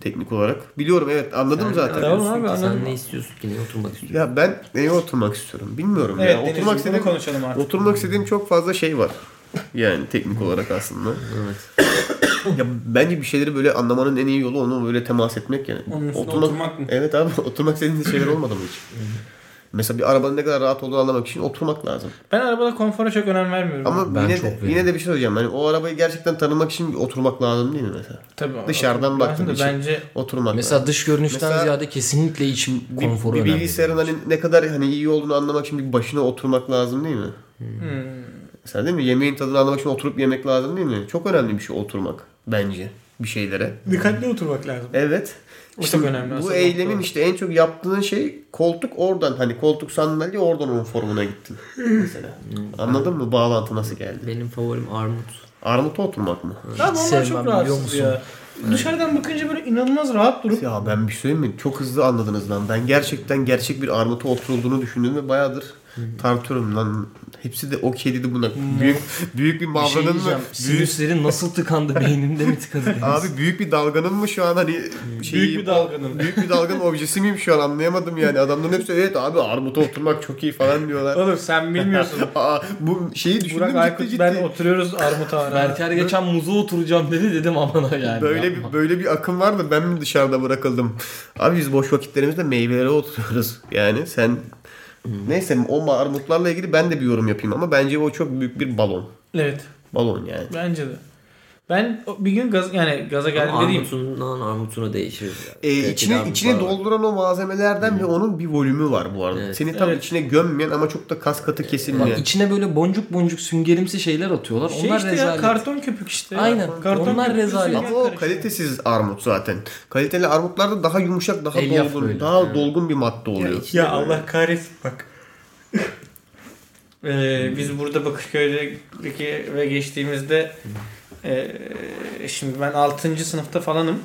S1: Teknik olarak. Biliyorum evet anladım zaten.
S4: Tamam
S5: diyorsun
S4: abi,
S5: ki
S4: anladım.
S5: Sen ne istiyorsun ki? Neye oturmak istiyorsun?
S1: Ya ben neye oturmak istiyorum bilmiyorum
S4: Evet
S1: ya.
S4: Denizciğim,
S1: Oturmak
S4: bunu
S1: istediğim
S4: konuşalım artık.
S1: oturmak istediğim çok fazla şey var. Yani teknik olarak aslında.
S5: Evet.
S1: ya bence bir şeyleri böyle anlamanın en iyi yolu onu böyle temas etmek yani.
S4: Onun üstüne oturmak mı?
S1: Evet abi (laughs) oturmak istediğin şeyler olmadı mı hiç? Mesela bir arabanın ne kadar rahat olduğunu anlamak için oturmak lazım.
S4: Ben arabada konfora çok önem vermiyorum.
S1: Ama
S3: Ben
S1: yine,
S3: çok
S1: de,
S3: veririm.
S1: yine de bir şey söyleyeceğim. Hani o arabayı gerçekten tanımak için bir oturmak lazım değil mi mesela?
S4: Tabii,
S1: Dışarıdan
S4: oturmak
S1: baktığın
S4: lazım da
S1: için.
S4: Bence
S1: Oturmak lazım.
S3: Mesela dış görünüşten
S1: Mesela-
S3: ziyade kesinlikle içim
S1: Bir-
S3: konforu
S1: bir,
S3: önemli.
S1: bilgisayarın hani ne kadar hani iyi olduğunu anlamak için bir başına oturmak lazım değil mi?
S4: Hmm.
S1: Mesela değil mi? Yemeğin tadını anlamak için oturup yemek lazım değil mi? Çok önemli bir şey oturmak bence bir şeylere.
S4: dikkatli oturmak lazım.
S1: Evet.
S4: O çok önemli
S1: Bu
S4: aslında.
S1: eylemin işte en çok yaptığın şey koltuk oradan hani koltuk sandalye oradan onun formuna gittin. Mesela.
S4: Hmm.
S1: Anladın mı? Bağlantı nasıl geldi?
S5: Benim favorim armut.
S1: Armuta oturmak mı?
S4: Abi onlar
S3: sevmem,
S4: çok
S3: biliyor
S4: rahatsız
S3: musun?
S4: ya. Dışarıdan bakınca böyle inanılmaz rahat durup
S1: Ya ben bir şey söyleyeyim mi? Çok hızlı anladınız lan. Ben gerçekten gerçek bir armuta oturulduğunu düşündüm ve bayağıdır
S4: Hmm.
S1: tartıyorum lan. Hepsi de okey dedi buna. Büyük büyük bir
S3: Bir şey
S1: mavranın mı?
S3: diyeceğim.
S1: Büyük,
S3: Sinüslerin nasıl tıkandı beyninde mi tıkadı?
S1: abi büyük bir dalganın mı şu an hani şeyi,
S4: Hmm. büyük bir şey dalganın.
S1: büyük bir dalganın objesi miyim şu an anlayamadım yani. Adamların hepsi evet abi armuta oturmak çok iyi falan diyorlar.
S4: Oğlum sen (laughs) bilmiyorsun.
S1: Aa, bu şeyi düşündüm
S4: Burak
S1: ciddi
S4: Aykut
S1: ciddi.
S4: ben oturuyoruz Armut Ağrı'na.
S3: Berker geçen muza oturacağım dedi dedim amana yani.
S1: Böyle
S3: yapma.
S1: bir, böyle bir akım var da ben mi dışarıda bırakıldım? Abi biz boş vakitlerimizde meyvelere oturuyoruz. Yani sen neyse o armutlarla ilgili ben de bir yorum yapayım ama bence o çok büyük bir balon.
S4: Evet
S1: Balon yani.
S4: bence de. Ben o- bir gün gaz, yani gaza geldim
S5: Ama
S4: dediğim.
S5: armutundan armutuna değişir.
S1: Ee, içine içine dolduran o malzemelerden ve onun bir volümü var bu arada.
S5: Evet.
S1: Seni tam içine gömmeyen ama çok da kas katı kesilmeyen.
S3: Bak içine böyle boncuk boncuk süngerimsi şeyler atıyorlar.
S4: Şey
S3: Onlar
S4: işte
S3: rezalet.
S4: ya karton köpük işte.
S3: Aynen, onlar
S4: köpüğü
S3: rezalet.
S4: sürüyor.
S1: ama o kalitesiz armut zaten. Kaliteli armutlarda daha yumuşak, daha
S3: Elyaf
S1: dolgun,
S3: böyle.
S1: daha dolgun bir madde
S4: Ya,
S1: oluyor.
S4: ya Allah kahretsin bak. Ee, biz burada Bakırköy'deki ve geçtiğimizde ee, şimdi ben 6. sınıfta falanım.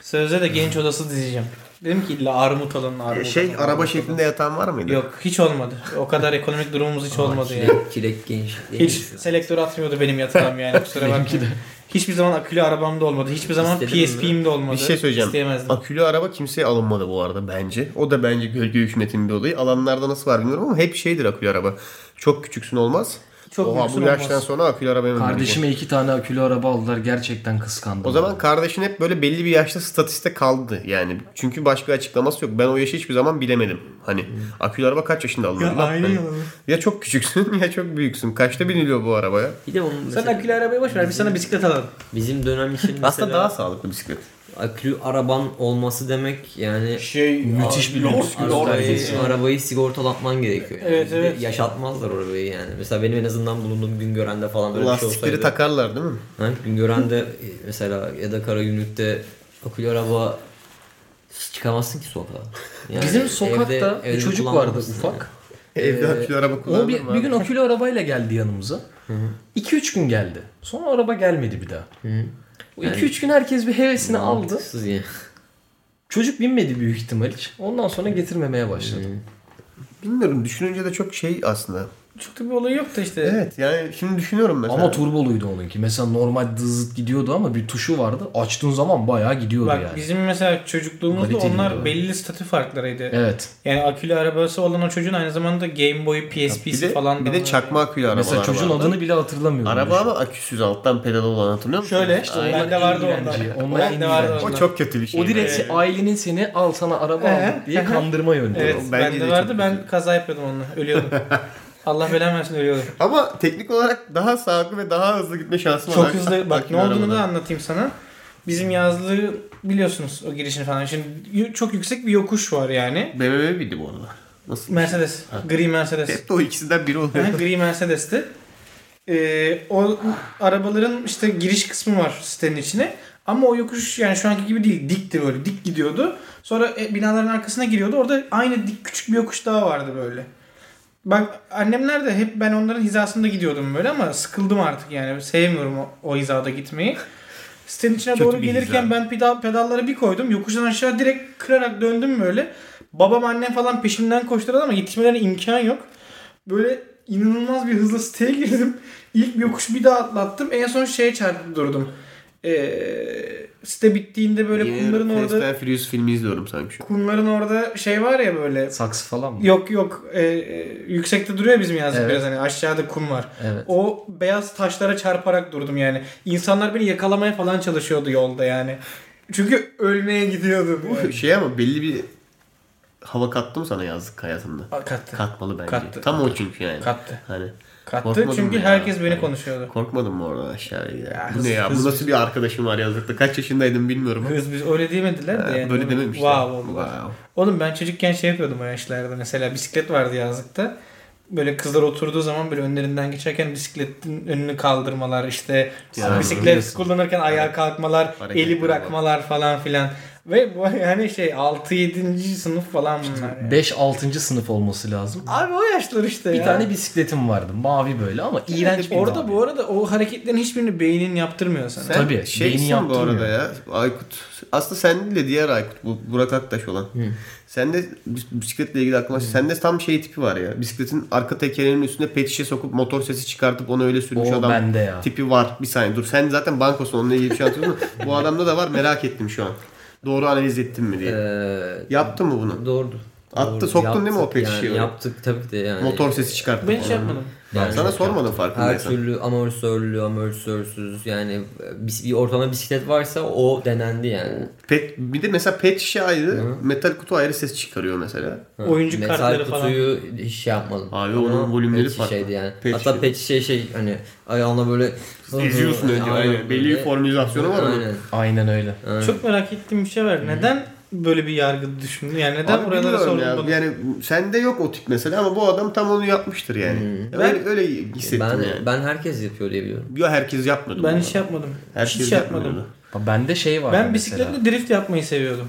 S4: Sözde de genç odası dizeceğim. Dedim ki illa armut alın armut
S1: şey
S4: alın,
S1: araba
S4: armut alın.
S1: şeklinde yatan var mıydı?
S4: Yok hiç olmadı. O kadar ekonomik durumumuz hiç
S1: şey,
S4: olmadı yani.
S5: Çilek, çilek genç. şey.
S4: Hiç selektör atmıyordu benim yatağım yani kusura bakmayın. Hiçbir zaman akülü arabam da olmadı. Hiçbir zaman
S5: İstedin mi?
S4: PSP'im de olmadı.
S1: Bir şey söyleyeceğim.
S4: İsteyemezdim.
S1: Akülü araba kimseye alınmadı bu arada bence. O da bence gölge hükümetinin bir olayı. Alanlarda nasıl var bilmiyorum ama hep şeydir akülü araba. Çok küçüksün olmaz.
S4: Çok
S1: Oha bu
S4: lüksün
S1: yaştan
S4: olmaz.
S1: sonra akülü araba hemen
S3: Kardeşime iki tane akülü araba aldılar gerçekten kıskandım.
S1: O zaman kardeşin hep böyle belli bir yaşta statiste kaldı yani. Çünkü başka bir açıklaması yok. Ben o yaşı hiçbir zaman bilemedim. Hani akülü araba kaç yaşında Hani alınır?
S4: Ya
S1: Bak
S4: aile
S1: ben-
S4: yalanı.
S1: Ya çok küçüksün (laughs) ya çok büyüksün. Kaçta biniliyor bu arabaya?
S5: Bir de onun
S4: Sen
S5: mesela
S4: akülü arabayı boş ver biz sana bisiklet alalım.
S5: bizim dönem için mesela
S1: Aslında daha sağlıklı bisiklet.
S5: akülü araban olması demek yani
S4: Şey
S3: Müthiş bir lüks
S5: arabayı,
S4: göstergesi.
S5: arabayı sigortalatman gerekiyor. Yani.
S4: Evet,
S5: Bir de
S4: evet.
S5: Yaşatmazlar arabayı yani. Mesela benim en azından bulunduğum Güngören'de falan böyle bir şey
S1: Lastikleri
S5: olsaydı.
S1: takarlar değil mi?
S5: Ha, Güngören'de e, mesela ya da Karagümrük'te Akülü araba çıkamazsın ki sokağa. Yani
S3: Bizim sokakta
S5: evde-
S3: bir
S5: evde
S3: çocuk vardı
S5: kullanmamışsın
S3: ufak.
S1: Evde
S3: Ee,
S1: akülü araba
S3: O
S1: kullanılır
S3: bir,
S1: mı
S3: bir
S1: abi?
S3: gün akülü arabayla geldi yanımıza. 2-3 gün geldi. Sonra araba gelmedi bir daha.
S5: Hı.
S3: Bu 2-3 gün herkes bir hevesini
S5: yani.
S3: aldı.
S5: Mantıksız yani.
S3: Çocuk binmedi büyük ihtimal hiç. Ondan sonra getirmemeye başladı.
S1: Bilmiyorum düşününce de çok şey aslında.
S4: Çok da bir olayı yok da işte.
S1: Evet yani şimdi düşünüyorum mesela.
S3: Ama turboluydu onunki. Mesela normal dızıt gidiyordu ama bir tuşu vardı. Açtığın zaman bayağı gidiyordu
S4: Bak
S3: yani.
S4: bizim mesela çocukluğumuzda
S3: Kaliteli
S4: onlar
S3: bir
S4: belli statü farklarıydı.
S3: Evet.
S4: Yani akülü arabası olan o çocuğun aynı zamanda Game Boy,
S1: bir
S4: PSP'si
S1: de,
S4: falan da
S1: bir de
S4: vardı.
S1: çakma akülü arabalar
S3: Mesela çocuğun
S1: vardı.
S3: adını bile hatırlamıyorum.
S1: Araba ama aküsüz alttan pedalı olan hatırlıyor musun?
S4: Şöyle,
S1: Aynen.
S4: bende vardı
S3: iğrenci.
S4: ondan.
S3: Onlar
S4: Bende
S3: en
S4: vardı
S3: iğrenci.
S1: O
S4: ondan.
S1: çok kötü bir şey.
S3: O direkt se- ailenin seni al sana araba
S4: Ee,
S3: aldık diye
S4: hı hı.
S3: kandırma yönü.
S4: Evet,
S1: Bence
S4: bende
S1: de
S4: vardı.
S1: çok
S4: Ben kaza yapıyordum onunla.
S1: (laughs)
S4: Ölüyordum. Allah belamı versin ölüyordum.
S1: Ama teknik olarak daha sağlıklı ve daha hızlı gitme şansım
S4: Çok
S1: var.
S4: hızlı. Bak
S1: Akülü
S4: ne olduğunu
S1: arabadan.
S4: da anlatayım sana. Bizim yazlığı biliyorsunuz o girişini falan. Şimdi y- çok yüksek bir yokuş var yani.
S1: BMW miydi bu arada? Nasıl?
S4: Mercedes. Gri Mercedes.
S1: Hep de o ikisinden biri oluyor.
S4: Ha, gri Mercedes'ti. Ee, o arabaların işte giriş kısmı var sitenin içine. Ama o yokuş yani şu anki gibi değil. Dikti böyle. Dik gidiyordu. Sonra e, binaların arkasına giriyordu. Orada aynı dik küçük bir yokuş daha vardı böyle. Bak annemler de hep ben onların hizasında gidiyordum böyle ama sıkıldım artık yani. Sevmiyorum o, o hizada gitmeyi. Sitenin içine
S1: Kötü
S4: doğru
S1: bir
S4: gelirken
S1: hiza.
S4: ben pedal, pedalları bir koydum. Yokuştan aşağı direkt kırarak döndüm böyle. Babam annem falan peşimden koşturdu ama yetişmelerine imkan yok. Böyle inanılmaz bir hızla siteye girdim. İlk bir yokuşu bir daha atlattım. En son şeye çarpıp durdum. Ee, site bittiğinde böyle
S1: Yine
S4: kumların
S1: Fast
S4: orada
S1: and Furious filmi izliyorum sanki şu an.
S4: kumların orada şey var ya böyle
S3: Saksı falan mı?
S4: Yok yok Ee, e, yüksekte duruyor bizim yazlık
S3: Evet.
S4: biraz hani aşağıda kum var.
S3: Evet.
S4: O beyaz taşlara çarparak durdum yani. İnsanlar beni yakalamaya falan çalışıyordu yolda yani. Çünkü ölmeye gidiyordum.
S1: Bu şey ama belli bir hava kattı mı sana yazlık hayatında?
S4: kattı.
S1: Katmalı bence.
S4: Kattı.
S1: Tam o çünkü yani.
S4: Kattı.
S1: Hani
S4: Kattı
S1: Korkmadın
S4: çünkü
S1: mı ya?
S4: herkes beni
S1: Hani-
S4: konuşuyordu.
S1: korkmadın mı oradan aşağıya? Ya?
S4: Ya,
S1: Bu ne ya? Bu
S4: hız-
S1: nasıl bir arkadaşım var yazlıkta? Kaç yaşındaydım bilmiyorum. ama-
S4: Kız biz öyle diyemediler de
S1: Ha,
S4: yani.
S1: Böyle dememişler.
S4: Wow, oldu.
S1: Wow.
S4: Oğlum ben çocukken şey yapıyordum o yaşlarda mesela bisiklet vardı yazlıkta. Böyle kızlar oturduğu zaman böyle önlerinden geçerken bisikletin önünü kaldırmalar işte
S1: Ya,
S4: bisiklet
S3: biliyorsun.
S4: kullanırken ayağa kalkmalar,
S1: Hareketler
S4: eli bırakmalar falan filan. Ve bu (laughs) yani şey 6 7. sınıf falan bunlar. Yani.
S3: 5-6. sınıf olması lazım.
S4: Abi o yaşlar işte
S3: Bir
S4: ya.
S3: tane bisikletim vardı. Mavi böyle ama iğrenç bir
S4: Orada
S3: mavi.
S4: bu arada o hareketlerin hiçbirini beynin yaptırmıyor sana.
S1: Sen
S3: Tabii,
S1: şeysin
S3: beyni
S1: şey bu arada ya Aykut. Aslında sen değil de diğer Aykut. Bu Burak Aktaş olan. Sen de bisikletle ilgili aklıma sende tam şey tipi var ya. Bisikletin arka tekerinin üstüne pet şişe sokup motor sesi çıkartıp onu öyle sürmüş
S3: O
S1: adam.
S3: bende ya.
S1: Tipi var. Bir saniye dur. Sen zaten bankosun. Onunla ilgili bir şey hatırlıyor musun? Bu adamda da var. Merak ettim şu an. Doğru analiz ettim mi diye.
S5: Ee,
S1: Yaptı mı bunu?
S5: Doğru.
S1: Attı,
S5: Doğru.
S1: soktun değil mi o
S5: Yaptık
S1: pet
S5: yani,
S1: şişeyi oraya?
S5: Yaptık tabii ki de yani.
S1: Motor sesi çıkarttı.
S4: Ben hiç
S1: falan.
S4: yapmadım.
S5: Yani
S1: Sana
S5: yok,
S1: sormadım
S5: Her
S1: farkındaysan.
S5: türlü amortisörlü, amortisörsüz yani bis- bir ortamda bisiklet varsa o denendi yani.
S1: Pet, bir de mesela pet şişe ayrı, metal kutu ayrı ses çıkarıyor mesela.
S5: Ha,
S4: Oyuncu
S5: metal
S4: kartları
S5: kutuyu hiç şey yapmadım.
S1: Abi onun volümleri
S5: pet şişeydi
S1: farklı.
S5: yani.
S1: Pet
S5: Hatta
S1: şişe.
S5: pet şişe şey hani ayağına böyle
S1: Eziyorsun önce. Aynen. Belli bir formülizasyonu var onun.
S5: Aynen.
S3: Aynen öyle.
S5: aynen.
S4: Çok merak ettiğim bir şey var. Neden böyle bir yargı düşündün? Yani neden
S1: Abi
S4: oralara
S1: bilmiyorum
S4: sordun
S1: ya.
S4: bunu?
S1: Yani sende yok o tip mesela ama bu adam tam onu yapmıştır yani. Ya öyle, öyle hissettim
S5: ben,
S1: yani.
S5: ben herkes yapıyor diye biliyorum.
S1: Yo herkes yapmadı.
S4: Ben
S1: bunu.
S4: hiç yapmadım.
S1: Herkes
S4: hiç yapmadım.
S1: yapmıyordu.
S3: Bende şey var.
S4: Ben bisikletle drift yapmayı seviyordum.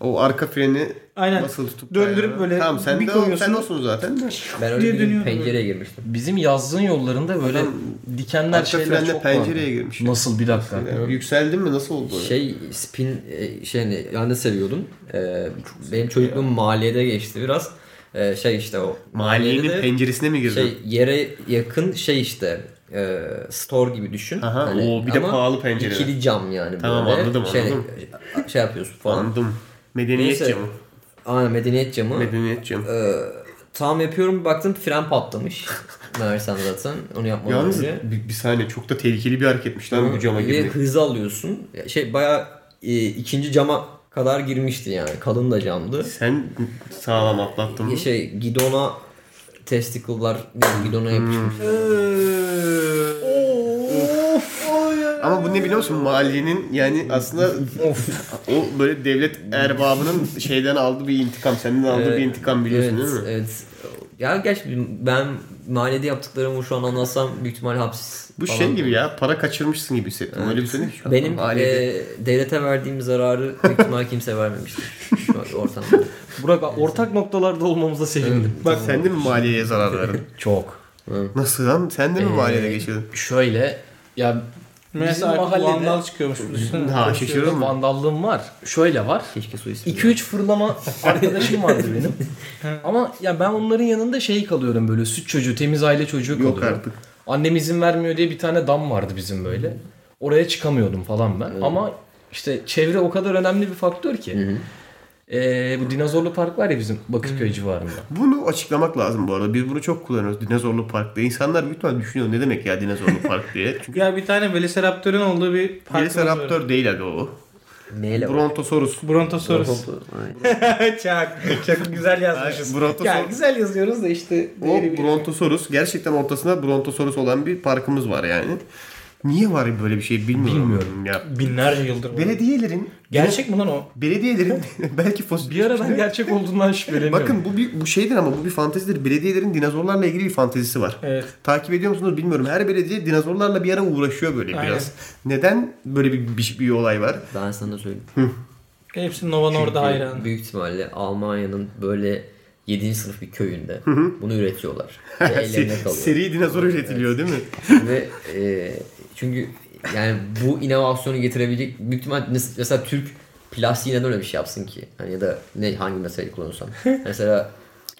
S1: O arka freni
S4: Aynen.
S1: basılı tutup
S4: Döndürüp
S1: dayanıyor.
S4: böyle
S1: Tamam sen
S4: bir
S1: de o, sen
S4: koyuyorsun.
S1: olsun zaten. de.
S5: Ben
S4: diye
S5: öyle bir gün
S4: dönüyorum.
S5: pencereye girmiştim.
S3: Bizim yazlığın yollarında böyle
S1: Adam
S3: dikenler
S1: Arka
S3: şeyler
S1: frenle
S3: çok
S1: pencereye
S3: vardı.
S1: girmiş.
S3: Nasıl bir dakika.
S1: Yani yükseldin mi nasıl oldu? Şey,
S5: Şey spin e, şey ne yani ne seviyordum. Ee, benim çocukluğum maliyede geçti biraz. Ee, şey işte o
S1: Mahallenin
S5: maliyede de
S1: penceresine mi girdin?
S5: şey yere yakın şey işte e, store gibi düşün. Hani
S1: Aha, oo, bir de
S5: ama
S1: pahalı pencereler.
S5: İkili cam yani
S1: Tamam,
S5: böyle.
S1: anladım,
S5: şey,
S1: anladım.
S5: Şey yapıyorsun falan.
S1: Anladım. Medeniyet
S5: Neyse.
S1: camı.
S5: Aynen medeniyet camı.
S1: Medeniyet camı.
S5: Ee, tam yapıyorum bir baktım fren patlamış. (laughs) Meğersem zaten onu yapmadan
S1: Yalnız
S5: önce.
S1: bir, bir saniye çok da tehlikeli bir hareketmiş lan bu cama
S5: Ve
S1: girmek.
S5: hızı alıyorsun. Şey bayağı e, ikinci cama kadar girmişti yani. Kalın da camdı.
S1: Sen sağlam atlattın mı?
S5: Şey gidona testicle'lar değil, gidona
S1: Hmm.
S5: yapışmış.
S1: Ama bu ne biliyor musun? Mahallenin yani aslında o böyle devlet erbabının şeyden aldığı bir intikam. Senden aldığı bir intikam biliyorsun
S5: evet,
S1: değil mi?
S5: Evet. Ya gerçi ben mahallede yaptıklarımı şu an anlatsam büyük ihtimal hapis
S1: Bu
S5: falan.
S1: şey gibi ya para kaçırmışsın gibi hissettim. Öyle bir şey sene.
S5: Benim
S1: Ailede.
S5: e, devlete verdiğim zararı büyük ihtimal kimse vermemiştir şu an ortamda.
S2: Burak abi, ortak noktalarda olmamıza sevindim.
S1: Bak sen de mi maliyeye zarar
S3: (laughs)
S1: verdin?
S3: Çok.
S1: Nasıl lan? Sen de mi
S3: Ee,
S1: maliyede geçirdin?
S3: Şöyle ya bizim
S4: Mesela
S3: mahallede
S4: vandal çıkıyormuş. üstüne.
S1: Ha şaşırır mı?
S3: vandallığım var. Şöyle var.
S5: Keşke su içseydim.
S3: 2-3
S1: (laughs)
S3: fırlama arkadaşım vardı benim. Ama ya ben onların yanında şey kalıyorum böyle süt çocuğu, temiz aile çocuğu kalıyorum.
S1: Yok artık.
S3: Annem izin vermiyor diye bir tane dam vardı bizim böyle. Oraya çıkamıyordum falan ben. Ama işte çevre o kadar önemli bir faktör ki. Ee, bu dinozorlu park var ya bizim Bakırköy civarında.
S1: Bunu açıklamak lazım bu arada. Biz bunu çok kullanıyoruz. Dinozorlu park diye. İnsanlar büyük ihtimalle düşünüyor. Ne demek ya dinozorlu park
S3: (laughs)
S1: diye. Çünkü
S4: Ya bir tane Velociraptor'un olduğu bir park.
S1: Velociraptor değil abi o.
S5: Neyle var?
S1: Brontosaurus.
S4: Brontosaurus.
S5: Bronto- Aynen.
S4: (laughs)
S6: Çak. Çak güzel yazmışız. Ya
S1: Brontosaurus.
S6: güzel yazıyoruz da işte.
S1: O
S6: değeri bir-
S1: Brontosaurus. Gerçekten ortasında Brontosaurus olan bir parkımız var yani. Niye var böyle bir şey bilmiyorum.
S3: Bilmiyorum.
S1: ya.
S4: Binlerce yıldır var.
S1: Belediyelerin
S4: Gerçek mi lan o?
S1: belediyelerin
S3: (laughs)
S1: (laughs) belki fosil
S3: Bir ara ben
S1: (laughs)
S3: gerçek olduğundan şüpheleniyorum.
S1: Bakın bu bir bu şeydir ama bu bir fantezidir. Belediyelerin dinozorlarla ilgili bir fantezisi var.
S4: Evet.
S1: Takip ediyor musunuz bilmiyorum. Her belediye dinozorlarla bir ara uğraşıyor böyle
S4: Aynen.
S1: biraz. Neden böyle bir, bir, bir olay var?
S5: Ben sana söyleyeyim.
S4: Hepsi Nova Nord'a hayran.
S5: Büyük ihtimalle Almanya'nın böyle 7. sınıf bir köyünde
S1: (laughs)
S5: bunu üretiyorlar. Ve ellerine
S1: Se-
S5: kalıyor.
S1: Seri dinozor üretiliyor değil mi?
S5: Ve e, çünkü yani bu inovasyonu getirebilecek büyük ihtimal mes- mesela Türk plastiği neden öyle bir şey yapsın ki? Hani ya da ne hangi meseleyi kullanırsan. mesela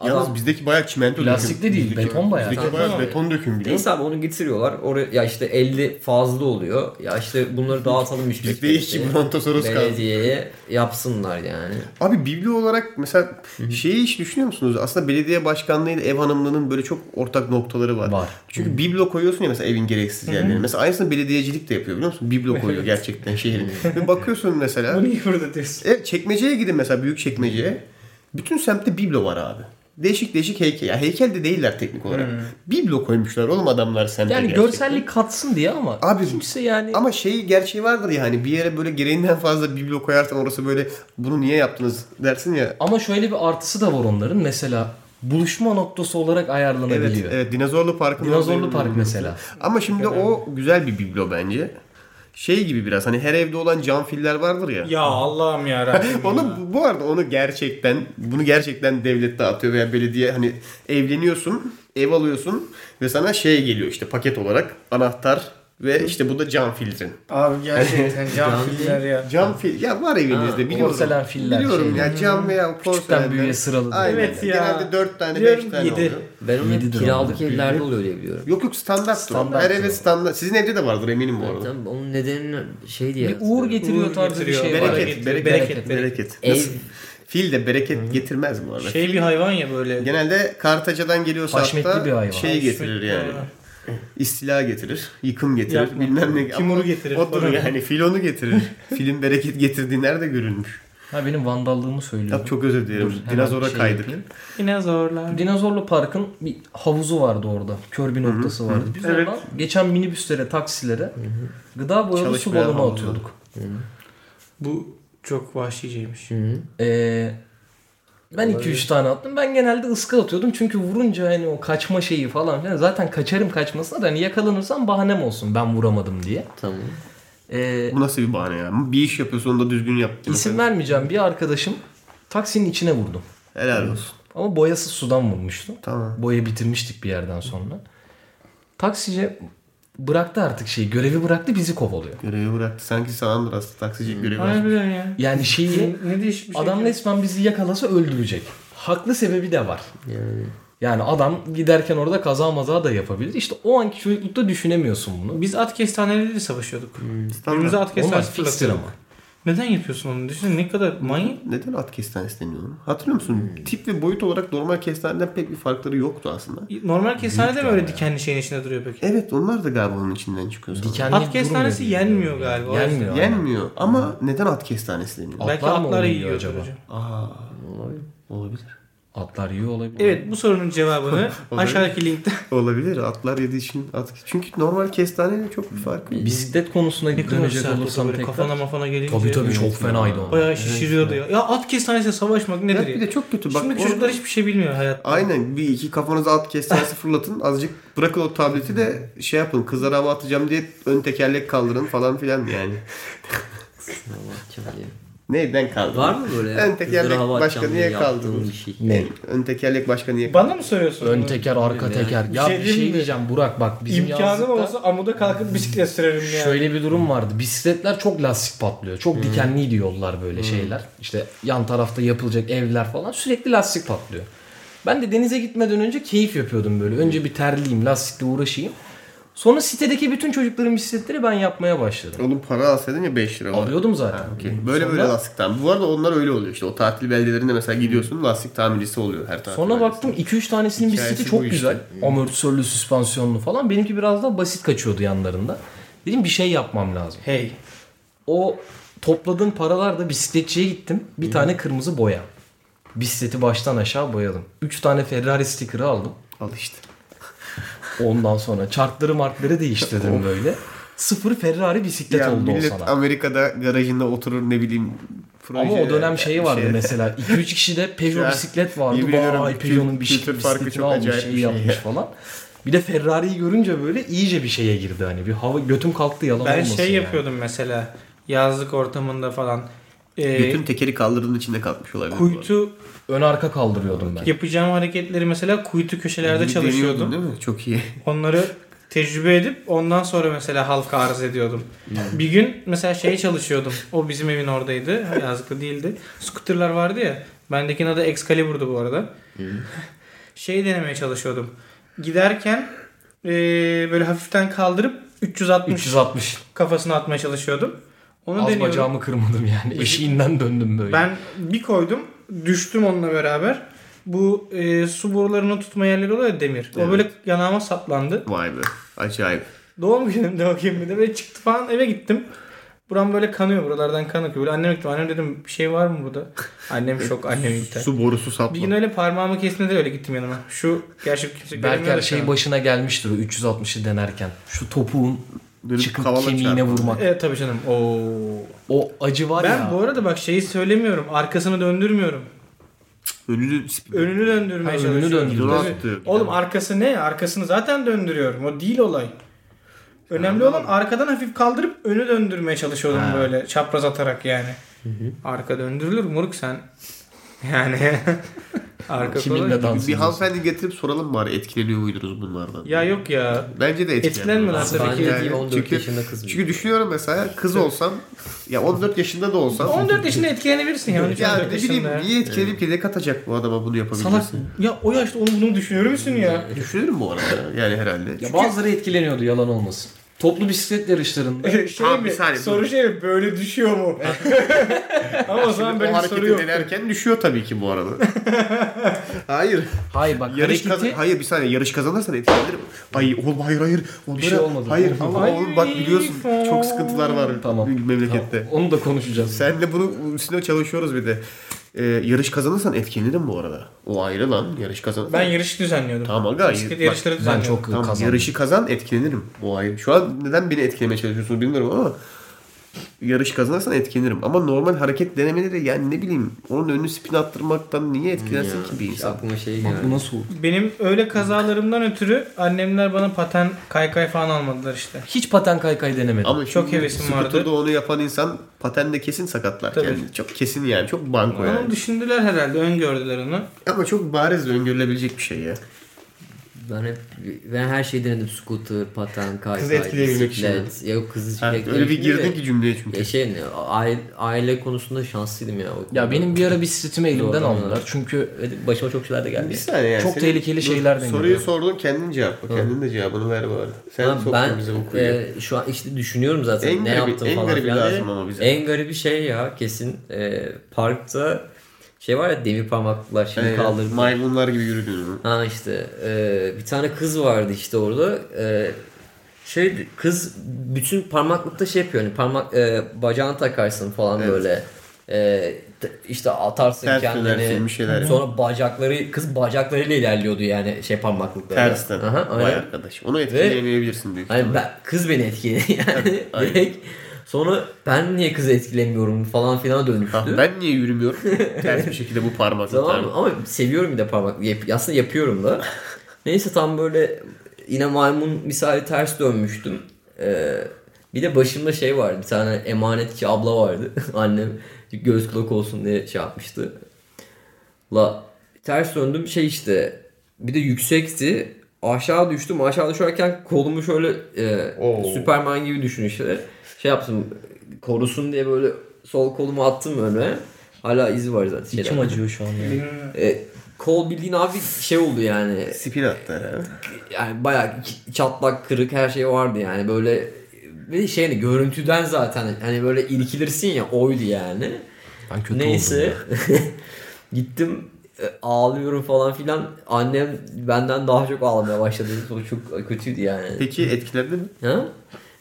S1: Yalnız şey
S5: adam
S1: bizdeki bayağı çimento
S3: Plastik
S1: döküm.
S3: de değil,
S1: Bizdeki-
S3: beton bayağı.
S1: Bizdeki
S5: Tamam,
S1: bayağı
S5: tamam.
S1: beton döküm biliyor musun?
S5: Neyse abi onu getiriyorlar. Oraya ya işte 50 fazla oluyor. Ya işte bunları dağıtalım işte.
S1: Bizde iki brontosaurus kaldı.
S5: Belediyeye yapsınlar yani.
S1: Abi biblo olarak mesela şeyi hiç düşünüyor musunuz? Aslında belediye başkanlığıyla ev hanımlığının böyle çok ortak noktaları var.
S3: Var.
S1: Çünkü biblo koyuyorsun ya mesela evin gereksiz yerlerine. Mesela aynısını belediyecilik de yapıyor biliyor musun?
S3: (laughs)
S1: Biblo koyuyor gerçekten şehrin. Ve bakıyorsun mesela.
S6: Bunu niye burada diyorsun?
S1: Evet çekmeceye gidin mesela büyük çekmeceye. Bütün semtte biblo var abi. Değişik değişik heykel. Ya heykel de değiller teknik olarak. Biblo koymuşlar oğlum adamlar semte.
S3: Hmm. yani
S1: gerçekten.
S3: görsellik katsın diye ama
S1: Abi-
S3: kimse yani
S1: Ama şey gerçeği vardır ya hani bir yere böyle gereğinden fazla biblo koyarsan orası böyle bunu niye yaptınız dersin ya.
S3: Ama şöyle bir artısı da var onların. Mesela buluşma noktası olarak
S1: Evet,
S3: ayarlanabiliyor.
S1: evet dinozorlu parkın
S3: Dinozorlu
S1: olduğu-
S3: park mesela.
S1: Ama şimdi o güzel bir biblo bence. Şey gibi biraz hani her evde olan cam filler vardır ya.
S4: Ya Allah'ım ya Rabbim.
S1: Onu bu- bu arada onu gerçekten bunu gerçekten devlet dağıtıyor veya belediye hani evleniyorsun, ev alıyorsun ve sana şey geliyor işte paket olarak anahtar ve işte bu da cam filtrin.
S6: Abi gerçekten
S5: Can
S6: cam filler ya.
S1: Cam fil ya var evinizde biliyorum.
S3: porselen filler
S1: Biliyorum
S3: şeyler.
S1: ya cam veya porselen.
S3: büyüğe sıralı
S1: Aynen.
S4: Evet ya.
S1: Genelde 4 tane 5
S4: Diyorum
S1: tane
S4: yedi.
S1: oluyor.
S5: Ben onu hep
S3: Yedidir
S5: kiralık evlerde oluyor diye biliyorum.
S1: Yok yok standart.
S3: Standart
S1: Her eve
S3: o.
S1: standart. Sizin evde de vardır eminim bu arada.
S5: Tamam, onun nedenini şey diye
S3: Bir uğur
S5: hatırlıyorum.
S3: getiriyor
S4: Uğur
S3: tarzı bir
S4: getiriyor.
S3: şey var.
S1: Bereket, bereket, bereket,
S4: bereket,
S5: Ev-
S1: Nasıl? Fil de bereket getirmez bu arada.
S4: Şey bir hayvan ya böyle.
S1: Genelde Kartaca'dan geliyorsa
S3: Haşmetli
S1: hatta
S3: bir hayvan.
S1: şey getirir yani. İstila getirir, yıkım getirir,
S4: Yapma.
S1: bilmem ne.
S4: Kimuru getirir
S1: Odur
S4: falan.
S1: yani fil onu
S4: (laughs)
S1: getirir. Filin bereket getirdiği nerede görülmüş?
S3: Ha benim vandallığımı söylüyorum.
S1: Ya çok özür dilerim.
S3: Dur, hemen
S1: Dinozora
S3: bir şey
S1: kaydık.
S3: yapayım.
S4: Yine zorlar.
S3: Dinozorlu Park'ın bir havuzu vardı orada. Kör bir noktası vardı. Biz
S4: Evet.
S3: oradan geçen minibüslere, taksilere gıda boyalı su
S1: Çalışmayan
S3: balonu
S1: havuzu.
S3: atıyorduk.
S4: Bu çok vahşiceymiş.
S3: Ee, ben 2-3 tane attım. Ben genelde ıska atıyordum. Çünkü vurunca hani o kaçma şeyi falan filan. Zaten kaçarım kaçmasına da hani yakalanırsam bahanem olsun ben vuramadım diye.
S5: Tamam.
S3: Ee,
S1: Bu nasıl bir bahane ya? Bir iş yapıyorsun onu da düzgün yap.
S3: isim vermeyeceğim bir arkadaşım taksinin içine vurdum.
S1: Helal olsun.
S3: Ama boyası sudan vurmuştum.
S1: Tamam.
S3: Boya bitirmiştik bir yerden sonra. Taksici bıraktı artık şeyi. Görevi bıraktı bizi kovalıyor.
S1: Görevi bıraktı. Sanki sanandır aslında
S4: Hmm.
S1: taksici görevi var.
S4: Harbiden ya.
S3: Yani şeyi
S6: Ne değişmiş şey.
S3: adam resmen bizi yakalasa öldürecek. Haklı sebebi de var. Yani adam giderken orada kaza maza da yapabilir. İşte o anki çocuklukta düşünemiyorsun bunu.
S4: Biz at kestaneleriyle savaşıyorduk.
S3: Hmm.
S4: Önümüze at
S3: Onlar
S4: kestanesi
S3: fikstir
S4: fırlatıyorduk.
S3: ama.
S4: Neden yapıyorsun onu? Düşünsene ne kadar manyak.
S1: Neden at kestanesi deniyor ona? Hatırlıyor musun?
S4: Hmm.
S1: Tip ve boyut olarak normal kestaneden pek bir farkları yoktu aslında.
S4: Normal kestanede mi öyle dikenli şeyin içinde duruyor
S3: E,
S4: peki?
S1: Evet onlar da galiba onun içinden çıkıyor. sanırım.
S3: Dikenli
S4: At kestanesi
S3: durmuyor diye
S4: yenmiyor
S3: biliyorum.
S4: galiba.
S3: Yenmiyor. aynen.
S1: Yenmiyor ama neden at kestanesi deniyor?
S3: Atlar
S4: Belki
S3: mı
S4: atları
S3: onu
S4: yiyor
S3: yiyor acaba?
S4: hocam.
S1: Aa, olabilir.
S3: Atlar yiyor olabilir.
S4: Evet bu
S3: (laughs)
S4: sorunun cevabını
S1: Olabilir.
S4: aşağıdaki linkten
S1: Olabilir. Atlar yediği için at. Çünkü normal kestaneyle çok bir fark yok.
S3: Bisiklet konusuna dönecek olursam
S4: böyle
S3: tekrar.
S4: kafana mafana gelince.
S3: Tabii tabii çok
S5: Evet.
S3: fenaydı o.
S4: Bayağı şişiriyordu ya. Ya at kestanesiyle savaşmak
S1: Ya
S4: nedir
S1: bir
S4: ya?
S1: de çok kötü. Bak,
S4: Şimdi
S1: orada-
S4: çocuklar hiçbir şey bilmiyor hayatta.
S1: Aynen bir iki kafanıza at kestanesi (laughs) fırlatın azıcık bırakın o tableti de şey yapın kızlara hava atacağım diye ön tekerlek kaldırın falan filan yani. Neyden kaldırın?
S5: Var mı böyle?
S1: Ön tekerlek
S5: Kızlara hava
S1: başka
S5: atacağım
S1: niye
S5: diye yaptığın
S1: kaldırdın?
S5: bir şey.
S3: Ne?
S1: Ön tekerlek başka niye kaldırın?
S6: Bana mı soruyorsun?
S3: Ön
S6: bunu?
S3: teker, arka
S5: Yani.
S3: teker.
S6: Bir
S3: Ya
S6: şey
S3: bir
S6: diyeyim
S3: şey
S6: mi?
S3: diyeceğim Burak bak bizim
S6: İmkanım
S3: yazlıkta
S6: olsa amuda kalkıp bisiklet sürerim yani.
S3: şöyle bir durum vardı. Bisikletler çok lastik patlıyor. Çok dikenliydi yollar böyle şeyler. İşte yan tarafta yapılacak evler falan sürekli lastik patlıyor. Ben de denize gitmeden önce keyif yapıyordum böyle. Önce bir terleyeyim, lastikle uğraşayım. Sonra sitedeki bütün çocukların bisikletleri ben yapmaya başladım.
S1: Oğlum para alsaydın ya 5 lira. olarak.
S3: Alıyordum zaten.
S1: Okey. Böyle böyle
S3: Sonra-
S1: lastikten. Bu arada onlar öyle oluyor işte. O tatil beldelerinde mesela gidiyorsun lastik tamircisi oluyor her tatil.
S3: Sonra
S1: beldesinde.
S3: baktım 2-3 tanesinin
S1: Hikayesi bu
S3: bisikleti çok
S1: işte.
S3: güzel. Amortisörlü, süspansiyonlu falan. Benimki biraz daha basit kaçıyordu yanlarında. Dedim bir şey yapmam lazım.
S4: Hey.
S3: O topladığım paralarla bisikletçiye gittim. Bir tane kırmızı boya. Bisikleti baştan aşağı boyadım. 3 tane Ferrari sticker'ı aldım.
S1: Al işte.
S3: Ondan sonra çarkları markları değiştirdim böyle. Sıfır Ferrari bisiklet
S1: Ya
S3: oldu o
S1: millet
S3: sana.
S1: Amerika'da garajında oturur ne bileyim. e,
S3: Ama o dönem şeyi vardı
S1: mesela.
S3: mesela 2-3 kişide Peugeot
S1: şey- Ya,
S3: bisiklet vardı.
S1: yemin ediyorum
S3: Vay
S1: kü-
S3: Peugeot'un bir
S1: kültür
S3: şey,
S1: farkı
S3: bisikletini
S1: çok
S3: almış
S1: acayip
S3: şey
S1: bir şey
S3: yapmış
S1: ya.
S3: falan. Bir de Ferrari'yi görünce böyle iyice bir şeye girdi hani bir hava götüm kalktı yalan
S4: Ben
S3: olmasın
S4: şey
S3: yani.
S4: yapıyordum mesela yazlık ortamında falan. Ee,
S1: şey, Bütün tekeri kaldırdığın içinde kalkmış olabilir. bu arada.
S4: kuytu
S3: Ön arka kaldırıyordum ben.
S4: yapacağım hareketleri mesela kuytu köşelerde
S1: Bir deniyordun
S4: çalışıyordum.
S1: değil mi? Çok iyi.
S4: Onları tecrübe edip ondan sonra mesela halka arz ediyordum. bir gün mesela şeye çalışıyordum. O bizim evin oradaydı. Yazlıkta değildi. Scooter'lar vardı ya. Bendekinin adı Excalibur'du bu arada. (laughs) şey denemeye çalışıyordum. Giderken eee, böyle hafiften kaldırıp 360,
S3: 360.
S4: kafasına atmaya çalışıyordum. Onu
S3: Az
S4: deniyordum.
S3: bacağımı kırmadım yani. Eşiğinden döndüm böyle.
S4: Ben bir koydum. Düştüm onunla beraber. Bu eee, su borularını tutma yerleri oluyor ya demir. O böyle yanağıma saplandı.
S1: Vay be. Acayip.
S4: Doğum günümde o gün bir de böyle çıktı falan eve gittim. Buram böyle kanıyor buralardan kan akıyor. Böyle anneme gittim. Annem dedim bir şey var mı burada? Annem şok annem gitti.
S1: Su borusu saplı.
S4: Bir gün öyle parmağımı kesmedi öyle gittim yanıma. Şu gerçek kimse
S3: Belki
S4: göremiyor
S3: her
S4: da
S3: şey
S4: şu an.
S3: başına gelmiştir o 360'ı denerken. Şu topuğun
S1: Dönüp
S3: çıkıp
S1: kavala
S3: kemiğine
S1: çarptı.
S3: vurmak.
S4: Evet tabii canım. Oo.
S3: O acı var
S4: Ben
S3: ya.
S4: bu arada bak şeyi söylemiyorum. Arkasını döndürmüyorum.
S1: Önünü
S4: Önünü döndürmeye
S3: Ha, önünü
S4: çalışıyorum.
S3: döndürüyorsun.
S4: Tabii.
S1: Dönüyorsun.
S4: Oğlum arkası ne? Arkasını zaten döndürüyorum. O değil olay. Önemli olan arkadan hafif kaldırıp önü döndürmeye çalışıyordum böyle çapraz atarak yani. Arka döndürülür moruk sen. (laughs) Yani arka kolay.
S3: Kiminle dans
S1: bir
S3: ediyorsun?
S1: hanımefendi getirip soralım bari etkileniyor muydunuz bunlardan?
S4: Ya yok ya.
S1: Bence de
S4: Etkilenmiyorlar
S1: etkilenmiyorlar.
S4: tabii
S5: Ben
S4: ki.
S5: de değil 14
S1: çünkü,
S5: yaşında kız
S1: Çünkü düşünüyorum mesela kız olsam ya 14 yaşında da olsam
S4: 14 yaşında etkilenebilirsin ya. 13
S1: ya
S4: 14
S1: ne bileyim
S4: yaşında.
S1: niye etkilenip ki ne katacak bu adama bunu
S4: Salak.
S1: yapabilmesi?
S4: Ya o yaşta onu bunu düşünür müsün ya?
S1: E, Düşünürüm bu arada yani herhalde.
S3: Ya bazıları etkileniyordu yalan olmasın. Toplu bisiklet yarışlarında
S4: (laughs) şey
S1: Abi bir
S4: mi?
S1: saniye,
S4: Soru
S1: dur.
S4: şey mi? Böyle düşüyor mu? (laughs) Ama o zaman
S1: Şimdi o
S4: böyle bir soru
S1: hareketi
S4: yok.
S1: denerken düşüyor tabii ki bu arada. (laughs) hayır.
S3: Hayır bak
S1: Yarış
S3: hareketi
S1: kazan hayır bir saniye yarış kazanırsan etkilenir mi? Ay oğlum hayır hayır. Onlara,
S3: şey olmadı.
S1: Hayır
S3: Olmadı.
S1: ama oğlum bak biliyorsun
S4: Ay.
S1: çok sıkıntılar var
S3: Tamam.
S1: memlekette.
S3: onu da konuşacağız.
S1: Senle bunu üstüne çalışıyoruz bir de. Ee, yarış kazanırsan etkilenirim bu arada. O ayrı lan yarış kazanırsan.
S4: Ben yarışı düzenliyordum.
S1: Tamam aga.
S4: Bisiklet
S1: bak,
S4: yarışları
S3: Ben
S4: düzenliyordum.
S3: çok
S1: Tamam,
S3: kazandım.
S1: yarışı kazan etkilenirim. O ayrı. Şu an neden beni etkilemeye çalışıyorsunuz bilmiyorum ama yarış kazanırsan etkilenirim. Ama normal hareket denemeleri yani ne bileyim onun önünü spin attırmaktan niye etkilensin ki bir insan?
S5: Aklıma şey
S3: Bak bu
S5: geldi.
S3: nasıl oldu?
S4: Benim öyle kazalarımdan ötürü annemler bana paten kaykay falan almadık işte.
S3: Hiç paten kaykay denemedim.
S1: Ama
S4: Çok
S1: şimdi
S4: hevesim
S1: scooter'da
S4: vardı.
S1: onu yapan insan patenle kesin sakatlar
S4: Tabii.
S1: kendini. Çok kesin yani. Çok banko
S4: Onu
S1: yani.
S4: düşündüler herhalde, öngördüler onu.
S1: Ama çok bariz ve öngörülebilecek bir şey ya.
S5: Ben hep ben her şeyi denedim. Scooter, paten, kaykay,
S1: Kızı etkileyebilmek için
S5: bisiklet. Yok kızı
S1: Ha,
S5: etkileyebilmek
S1: öyle bir
S5: için de-
S1: girdin ki cümleye çünkü.
S5: Ya şey ne, aile, aile konusunda şanslıydım ya. O
S3: Ya benim bir ara bisikletimi elimden
S5: Doğru.
S3: aldılar. Çünkü
S5: Öyle başıma çok şeyler de geldi.
S1: Bir saniye yani.
S3: Çok
S1: Senin-
S3: tehlikeli
S1: Dur,
S3: şeyler deniyor.
S1: Soruyu sordun kendin cevapla. Kendin de cevabını ver bari. Sen
S5: Ama
S1: soktun
S5: ben
S1: bize bu kuyuya.
S5: e, şu an işte düşünüyorum zaten
S1: En
S5: ne
S1: garibi-
S5: yaptım
S1: en
S5: falan
S1: garibi
S5: filan.
S1: lazım ama bize.
S5: En garibi şey ya kesin e, parkta şey var ya demir parmaklıklar şimdi
S1: Ee,
S5: kaldırdım.
S1: Maymunlar gibi yürüdüğünü.
S5: Ha işte e, bir tane kız vardı işte orada. E, şey kız bütün parmaklıkta şey yapıyor hani parmak e, bacağını takarsın falan
S1: Evet.
S5: böyle. Ee, t- işte atarsın
S1: Ters dönersin,
S5: kendini.
S1: bir şeyler yap.
S5: Sonra bacakları kız bacaklarıyla ilerliyordu yani şey parmaklıklarla.
S1: Tersten.
S5: Aha, aynen.
S1: Vay arkadaş. Onu etkileyemeyebilirsin büyük
S5: Hani
S1: ihtimalle.
S5: ben, kız beni etkiledi (laughs) yani.
S1: aynen.
S5: Direkt sonra ben niye kızı etkilemiyorum falan filan dönmüştü.
S1: Ha, Ah, ben niye yürümüyorum? Ters bir şekilde bu parmaklıklar.
S5: Tamam mı? ama seviyorum bir de parmak. Yap- aslında yapıyorum da. Neyse tam böyle yine maymun misali ters dönmüştüm. Ee, bir de başımda şey vardı. Bir tane emanetçi abla vardı. (laughs) Annem göz kulak olsun diye şey yapmıştı. La ters döndüm şey işte. Bir de yüksekti. Aşağı düştüm. Aşağı düşerken kolumu şöyle e, Superman gibi düşün işte. Şey yaptım. Korusun diye böyle sol kolumu attım öne. Hala izi var zaten.
S3: İçim
S5: şeyden.
S3: acıyor şu an ya.
S5: E, kol bildiğin abi şey oldu yani.
S1: Spin attı herhalde.
S5: Yani bayağı ki- çatlak kırık her şey vardı yani böyle ve şey hani görüntüden zaten hani böyle irkilirsin ya oydu yani.
S3: Ben kötü oldum.
S5: Neyse (laughs) gittim e, ağlıyorum falan filan annem benden daha çok ağlamaya başladı. O çok kötüydü yani.
S1: Peki etkilendi mi?
S5: Ha?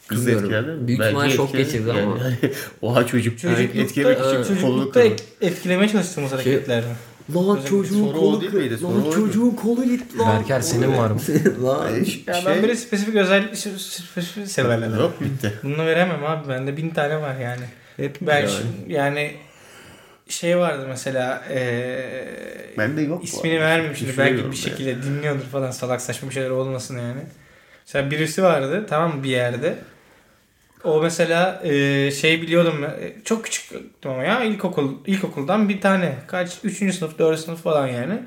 S1: Kız
S5: Bilmiyorum.
S1: etkilendi mi?
S5: Büyük
S1: Belki
S5: ihtimal şok
S1: etkilendi.
S5: geçirdi
S1: Yani (laughs)
S5: ama.
S1: hani, Oha çocuk.
S4: Çocuklukta-
S1: etkilemek
S5: Evet.
S1: için kolunu
S4: Çocuklukta
S1: kırdı.
S4: ek- etkilemeye çalıştığımız hareketler mi?
S5: Lan çocuğun
S1: soru o
S5: kolu
S1: değil
S5: kırık.
S1: miydi? Soru
S5: Lan
S1: oydu.
S5: çocuğun kolu gitti lan.
S3: Berker senin var mı?
S5: (laughs) Lan.
S1: Ay,
S4: Ya
S1: şey-
S4: ben böyle spesifik özellik spesifik severler.
S1: Yok bitti.
S4: Bunu veremem abi. Bende bin tane var yani.
S5: Hep
S4: Ben şimdi- yani şey vardı mesela eee
S1: Bende yok bu
S4: ismini
S1: arada. şey
S4: vermemiştir. Belki
S1: Düşünüyorum
S4: bir
S1: ya.
S4: şekilde dinliyordur falan salak saçma bir şeyler olmasın yani. Mesela birisi vardı tamam mı bir yerde. O mesela eee, şey biliyordum e, çok küçüktüm ama ya ilkokul ilkokuldan bir tane kaç 3. sınıf 4. sınıf falan yani.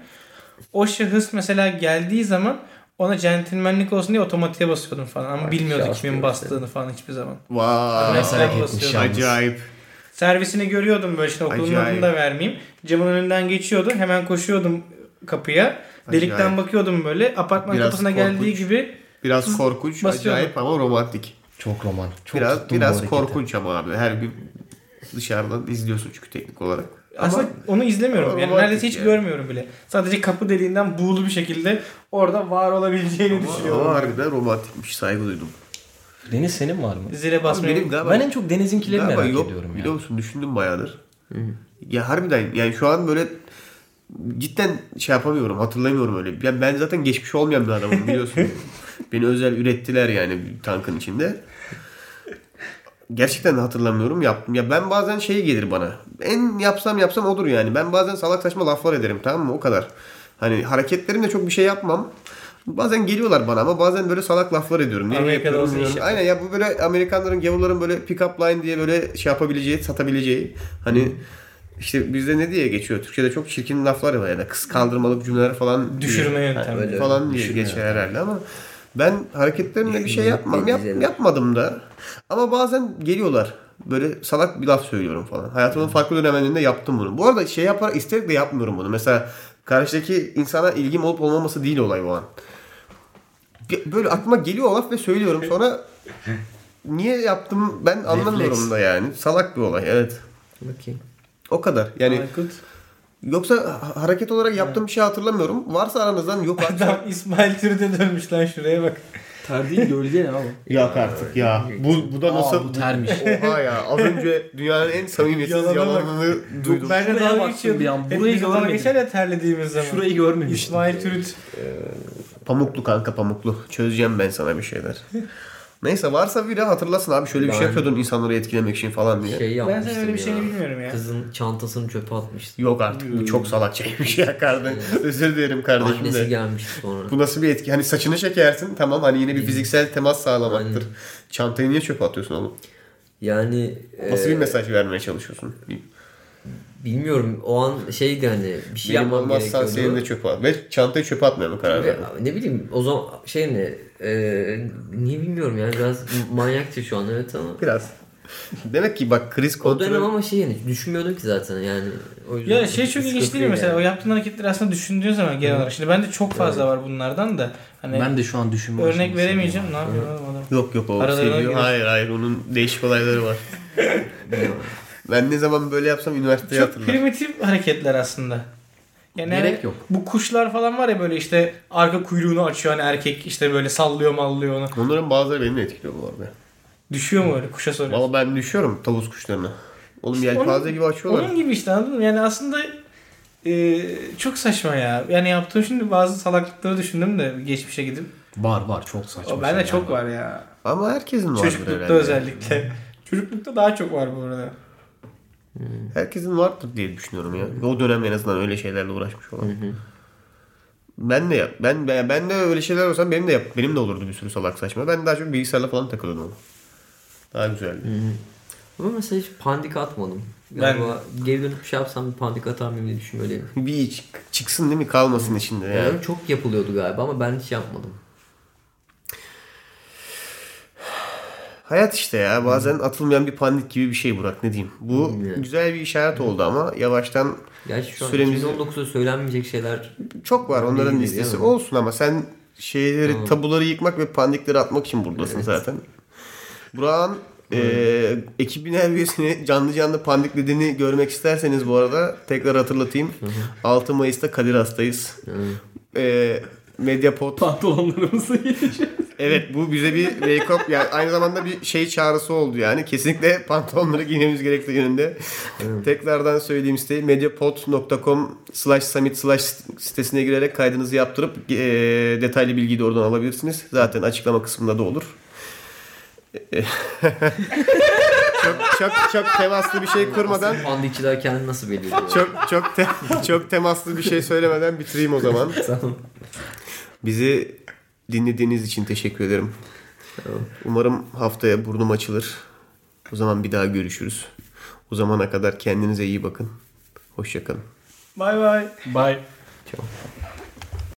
S4: O şahıs mesela geldiği zaman ona centilmenlik olsun diye otomatiğe basıyordum falan ama
S5: Ay,
S4: bilmiyordu
S5: şahıs
S4: kimin
S5: diyor
S4: bastığını falan hiçbir zaman.
S1: Vay.
S4: Mesela
S3: Ay,
S4: basıyordum.
S3: yetmiş yalnız.
S1: Acayip.
S4: Servisini görüyordum böyle işte okulun
S1: Acayip.
S4: adını da vermeyeyim. Camın önünden geçiyordu. Hemen koşuyordum kapıya. Delikten
S1: Acayip.
S4: bakıyordum böyle. Apartman
S1: Biraz
S4: kapısına
S1: korkunç.
S4: geldiği gibi
S1: Biraz korkunç,
S4: Basıyordum.
S1: acayip ama romantik.
S3: Çok roman. Çok
S1: biraz
S3: tuttum bu
S1: biraz
S3: hareketi.
S1: korkunç ama abi. Her gün dışarıdan izliyorsun çünkü teknik olarak.
S4: aslında onu izlemiyorum.
S1: Ama
S4: Yani
S1: romantik
S4: neredeyse hiç
S1: yani.
S4: görmüyorum bile. Sadece kapı deliğinden buğulu bir şekilde orada var olabileceğini
S1: Ama, ama
S4: düşünüyorum.
S1: harbiden romantikmiş. Saygı duydum.
S3: Deniz senin var mı?
S4: Zile basmayı.
S1: Benim galiba
S3: Ben en çok Deniz'inkileri
S1: Galiba
S3: merak
S1: yok,
S3: ediyorum
S1: Biliyor
S3: ya.
S1: musun düşündüm bayağıdır. Ya harbiden yani şu an böyle cidden şey yapamıyorum hatırlamıyorum öyle. Ya ben zaten geçmiş olmayan bir adamım
S3: (laughs)
S1: biliyorsun. Beni özel ürettiler yani bir tankın içinde. Gerçekten de hatırlamıyorum yaptım. Ya ben bazen şey gelir bana. En yapsam yapsam odur yani. Ben bazen salak saçma laflar ederim tamam mı? O kadar. Hani hareketlerimle çok bir şey yapmam. Bazen geliyorlar bana ama bazen böyle salak laflar ediyorum. Niye
S4: Amerika'da
S1: yapıyorum
S4: olsun
S1: bilmiyorum.
S4: işte.
S1: Aynen ya bu böyle Amerikanların gavurların böyle pick up line diye böyle şey yapabileceği, satabileceği. Hani işte bizde ne diye geçiyor? Türkiye'de çok çirkin laflar var ya da kıskandırmalık cümleler falan.
S4: Düşürme
S1: diye.
S4: yöntemi.
S1: Hani falan diye geçer herhalde ama ben hareketlerimle bir şey yapmam. Yap,
S5: Güzel.
S1: yapmadım da. Ama bazen geliyorlar. Böyle salak bir laf söylüyorum falan. Hayatımın farklı dönemlerinde yaptım bunu. Bu arada şey yaparak isterek de yapmıyorum bunu. Mesela karşıdaki insana ilgim olup olmaması değil olay o an. Bir- Böyle aklıma geliyor o laf ve söylüyorum. Sonra niye yaptım ben anlamıyorum da yani. Salak bir olay evet.
S5: Bakayım.
S1: O kadar. Yani
S4: Aykut.
S1: yoksa ha- hareket olarak yaptığım bir şey hatırlamıyorum. Varsa aranızdan yok artık.
S4: Adam İsmail Türü'de dönmüş lan şuraya bak.
S3: Ter değil gölge ne abi?
S1: Yok artık ya. Bu, bu da
S3: Aa
S1: nasıl
S3: bu
S4: (laughs)
S3: termiş.
S1: Oha ya az önce dünyanın en samimiyetsiz
S4: Yalana bak.
S1: yalanını duydum.
S4: Ben de
S3: Şuraya
S4: dalga
S3: baktım
S4: geçiyordum.
S3: bir an.
S4: Hep
S3: Burayı
S4: biz dalga
S3: görmedim.
S4: geçer ya terlediğimiz zaman.
S3: Şurayı görmemiştim.
S4: İsmail Türüt.
S1: Pamuklu kanka pamuklu. Çözeceğim ben sana bir şeyler. Neyse varsa biri hatırlasın abi şöyle bir şey
S5: Ben-
S1: yapıyordun insanları etkilemek için falan diye.
S5: Şey
S4: Ben
S5: yapmıştım
S4: sen öyle bir şeyini
S5: ya.
S4: bilmiyorum ya.
S5: Kızın çantasını çöpe atmıştı.
S1: Yok artık bu çok salak şeymiş ya kardeşim. Özür dilerim kardeşim
S5: Annesi
S1: de.
S5: gelmişti sonra.
S1: Bu nasıl bir etki? Hani saçını çekersin tamam hani yine bir fiziksel temas sağlamaktır. Çantayı niye çöpe atıyorsun oğlum?
S5: Yani
S1: Nasıl
S5: e,
S1: bir mesaj vermeye çalışıyorsun?
S5: bilmiyorum o an şeydi hani bir şey
S1: Benim
S5: yapmam
S1: olmazsan
S5: gerekiyordu.
S1: senin de çöpe at. Ve çantayı çöpe atmaya mı karar
S5: Ve
S1: verdin?
S5: ne bileyim o zaman şey ne e, niye bilmiyorum yani biraz manyakça şu an evet ama.
S1: Biraz. Demek ki bak kriz
S5: O
S1: kontrolü...
S5: dönem ama şey yani düşünmüyordum ki zaten yani. O yüzden
S4: Ya şey çok ilginç değil mi mesela o yaptığın hareketleri aslında düşündüğün zaman genel olarak. Şimdi bende çok fazla var bunlardan da. Hani
S3: Ben de şu an düşünmüyorum.
S4: örnek veremeyeceğim. Ne yapıyor oğlum adam?
S1: Yok yok o
S4: Aralarına
S1: seviyor.
S4: giriyor.
S1: Hayır hayır onun değişik olayları var. ben ne zaman böyle yapsam üniversiteye
S4: Çok
S1: hatırlarım.
S4: primitif hareketler aslında. Yani
S3: Gerek
S4: hani
S3: yok.
S4: Bu kuşlar falan var ya böyle işte arka kuyruğunu açıyor hani erkek işte böyle sallıyor mallıyor onu.
S1: Onların bazıları beni de etkiliyor bu arada.
S4: Düşüyor mu öyle kuşa soruyor.
S1: Valla ben düşüyorum tavus kuşlarına. Oğlum
S4: İşte
S1: yelpaze
S4: onun-
S1: gibi açıyorlar.
S4: Onun gibi işte anladın mı? Yani aslında e, çok saçma ya. Yani yaptığım şimdi bazı salaklıkları düşündüm de geçmişe gidip.
S3: Var var çok saçma.
S4: O bende
S3: şeyler
S4: çok var ya.
S1: Ama herkesin vardır
S4: Çocuklukta
S1: herhalde.
S4: özellikle. Çocuklukta daha çok var bu arada.
S1: Herkesin vardır diye düşünüyorum ya. O dönem en azından öyle şeylerle uğraşmış olan. Ben de yap. Ben, ben ben de öyle şeyler olsam benim de yap. Benim de olurdu bir sürü salak saçma. Ben daha çok bilgisayarla falan takılırdım ama. Daha güzeldi.
S5: Ama mesela hiç pandik atmadım. Galiba geri dönüp bir şey yapsam bir pandik atar mıyım diye düşünmeliyim.
S1: Bir iç, çıksın değil mi? Kalmasın içinde ya.
S5: Yani çok yapılıyordu galiba ama ben hiç yapmadım.
S1: Hayat işte ya. Bazen atılmayan bir panik gibi bir şey Burak. Ne diyeyim? Bu
S5: Evet.
S1: güzel bir işaret oldu ama yavaştan
S5: Gerçi şu an
S1: Süremiz-
S5: 2019'da söylenmeyecek şeyler
S1: çok var onların
S5: Değil,
S1: listesi.
S5: değil mi?
S1: Olsun ama sen şeyleri, tabuları yıkmak ve panikleri atmak için buradasın zaten. Burak'ın eee ekibin her üyesini canlı canlı pandiklediğini görmek isterseniz bu arada tekrar hatırlatayım. 6 Mayıs'ta Kadir Has'tayız. Eee Mediapod
S3: (laughs)
S2: Pantolonlarımızı giyeceğiz.
S1: Evet bu bize bir wake up yani aynı zamanda bir şey çağrısı oldu yani. Kesinlikle pantolonları giymemiz gerektiği yönünde. Tekrardan söyleyeyim siteyi mediapod.com slash summit slash sitesine girerek kaydınızı yaptırıp e, detaylı bilgiyi de oradan alabilirsiniz. Zaten açıklama kısmında da olur. E, (laughs) çok, çok, çok temaslı bir şey kurmadan
S5: pandikçiler kendini nasıl belirliyor?
S1: çok çok te- (laughs) çok temaslı bir şey söylemeden bitireyim o zaman.
S5: Tamam.
S1: Bizi dinlediğiniz için teşekkür ederim. Umarım haftaya burnum açılır. O zaman bir daha görüşürüz. O zamana kadar kendinize iyi bakın. Hoşçakalın.
S4: Bay bay.
S2: Bye.
S5: Çok.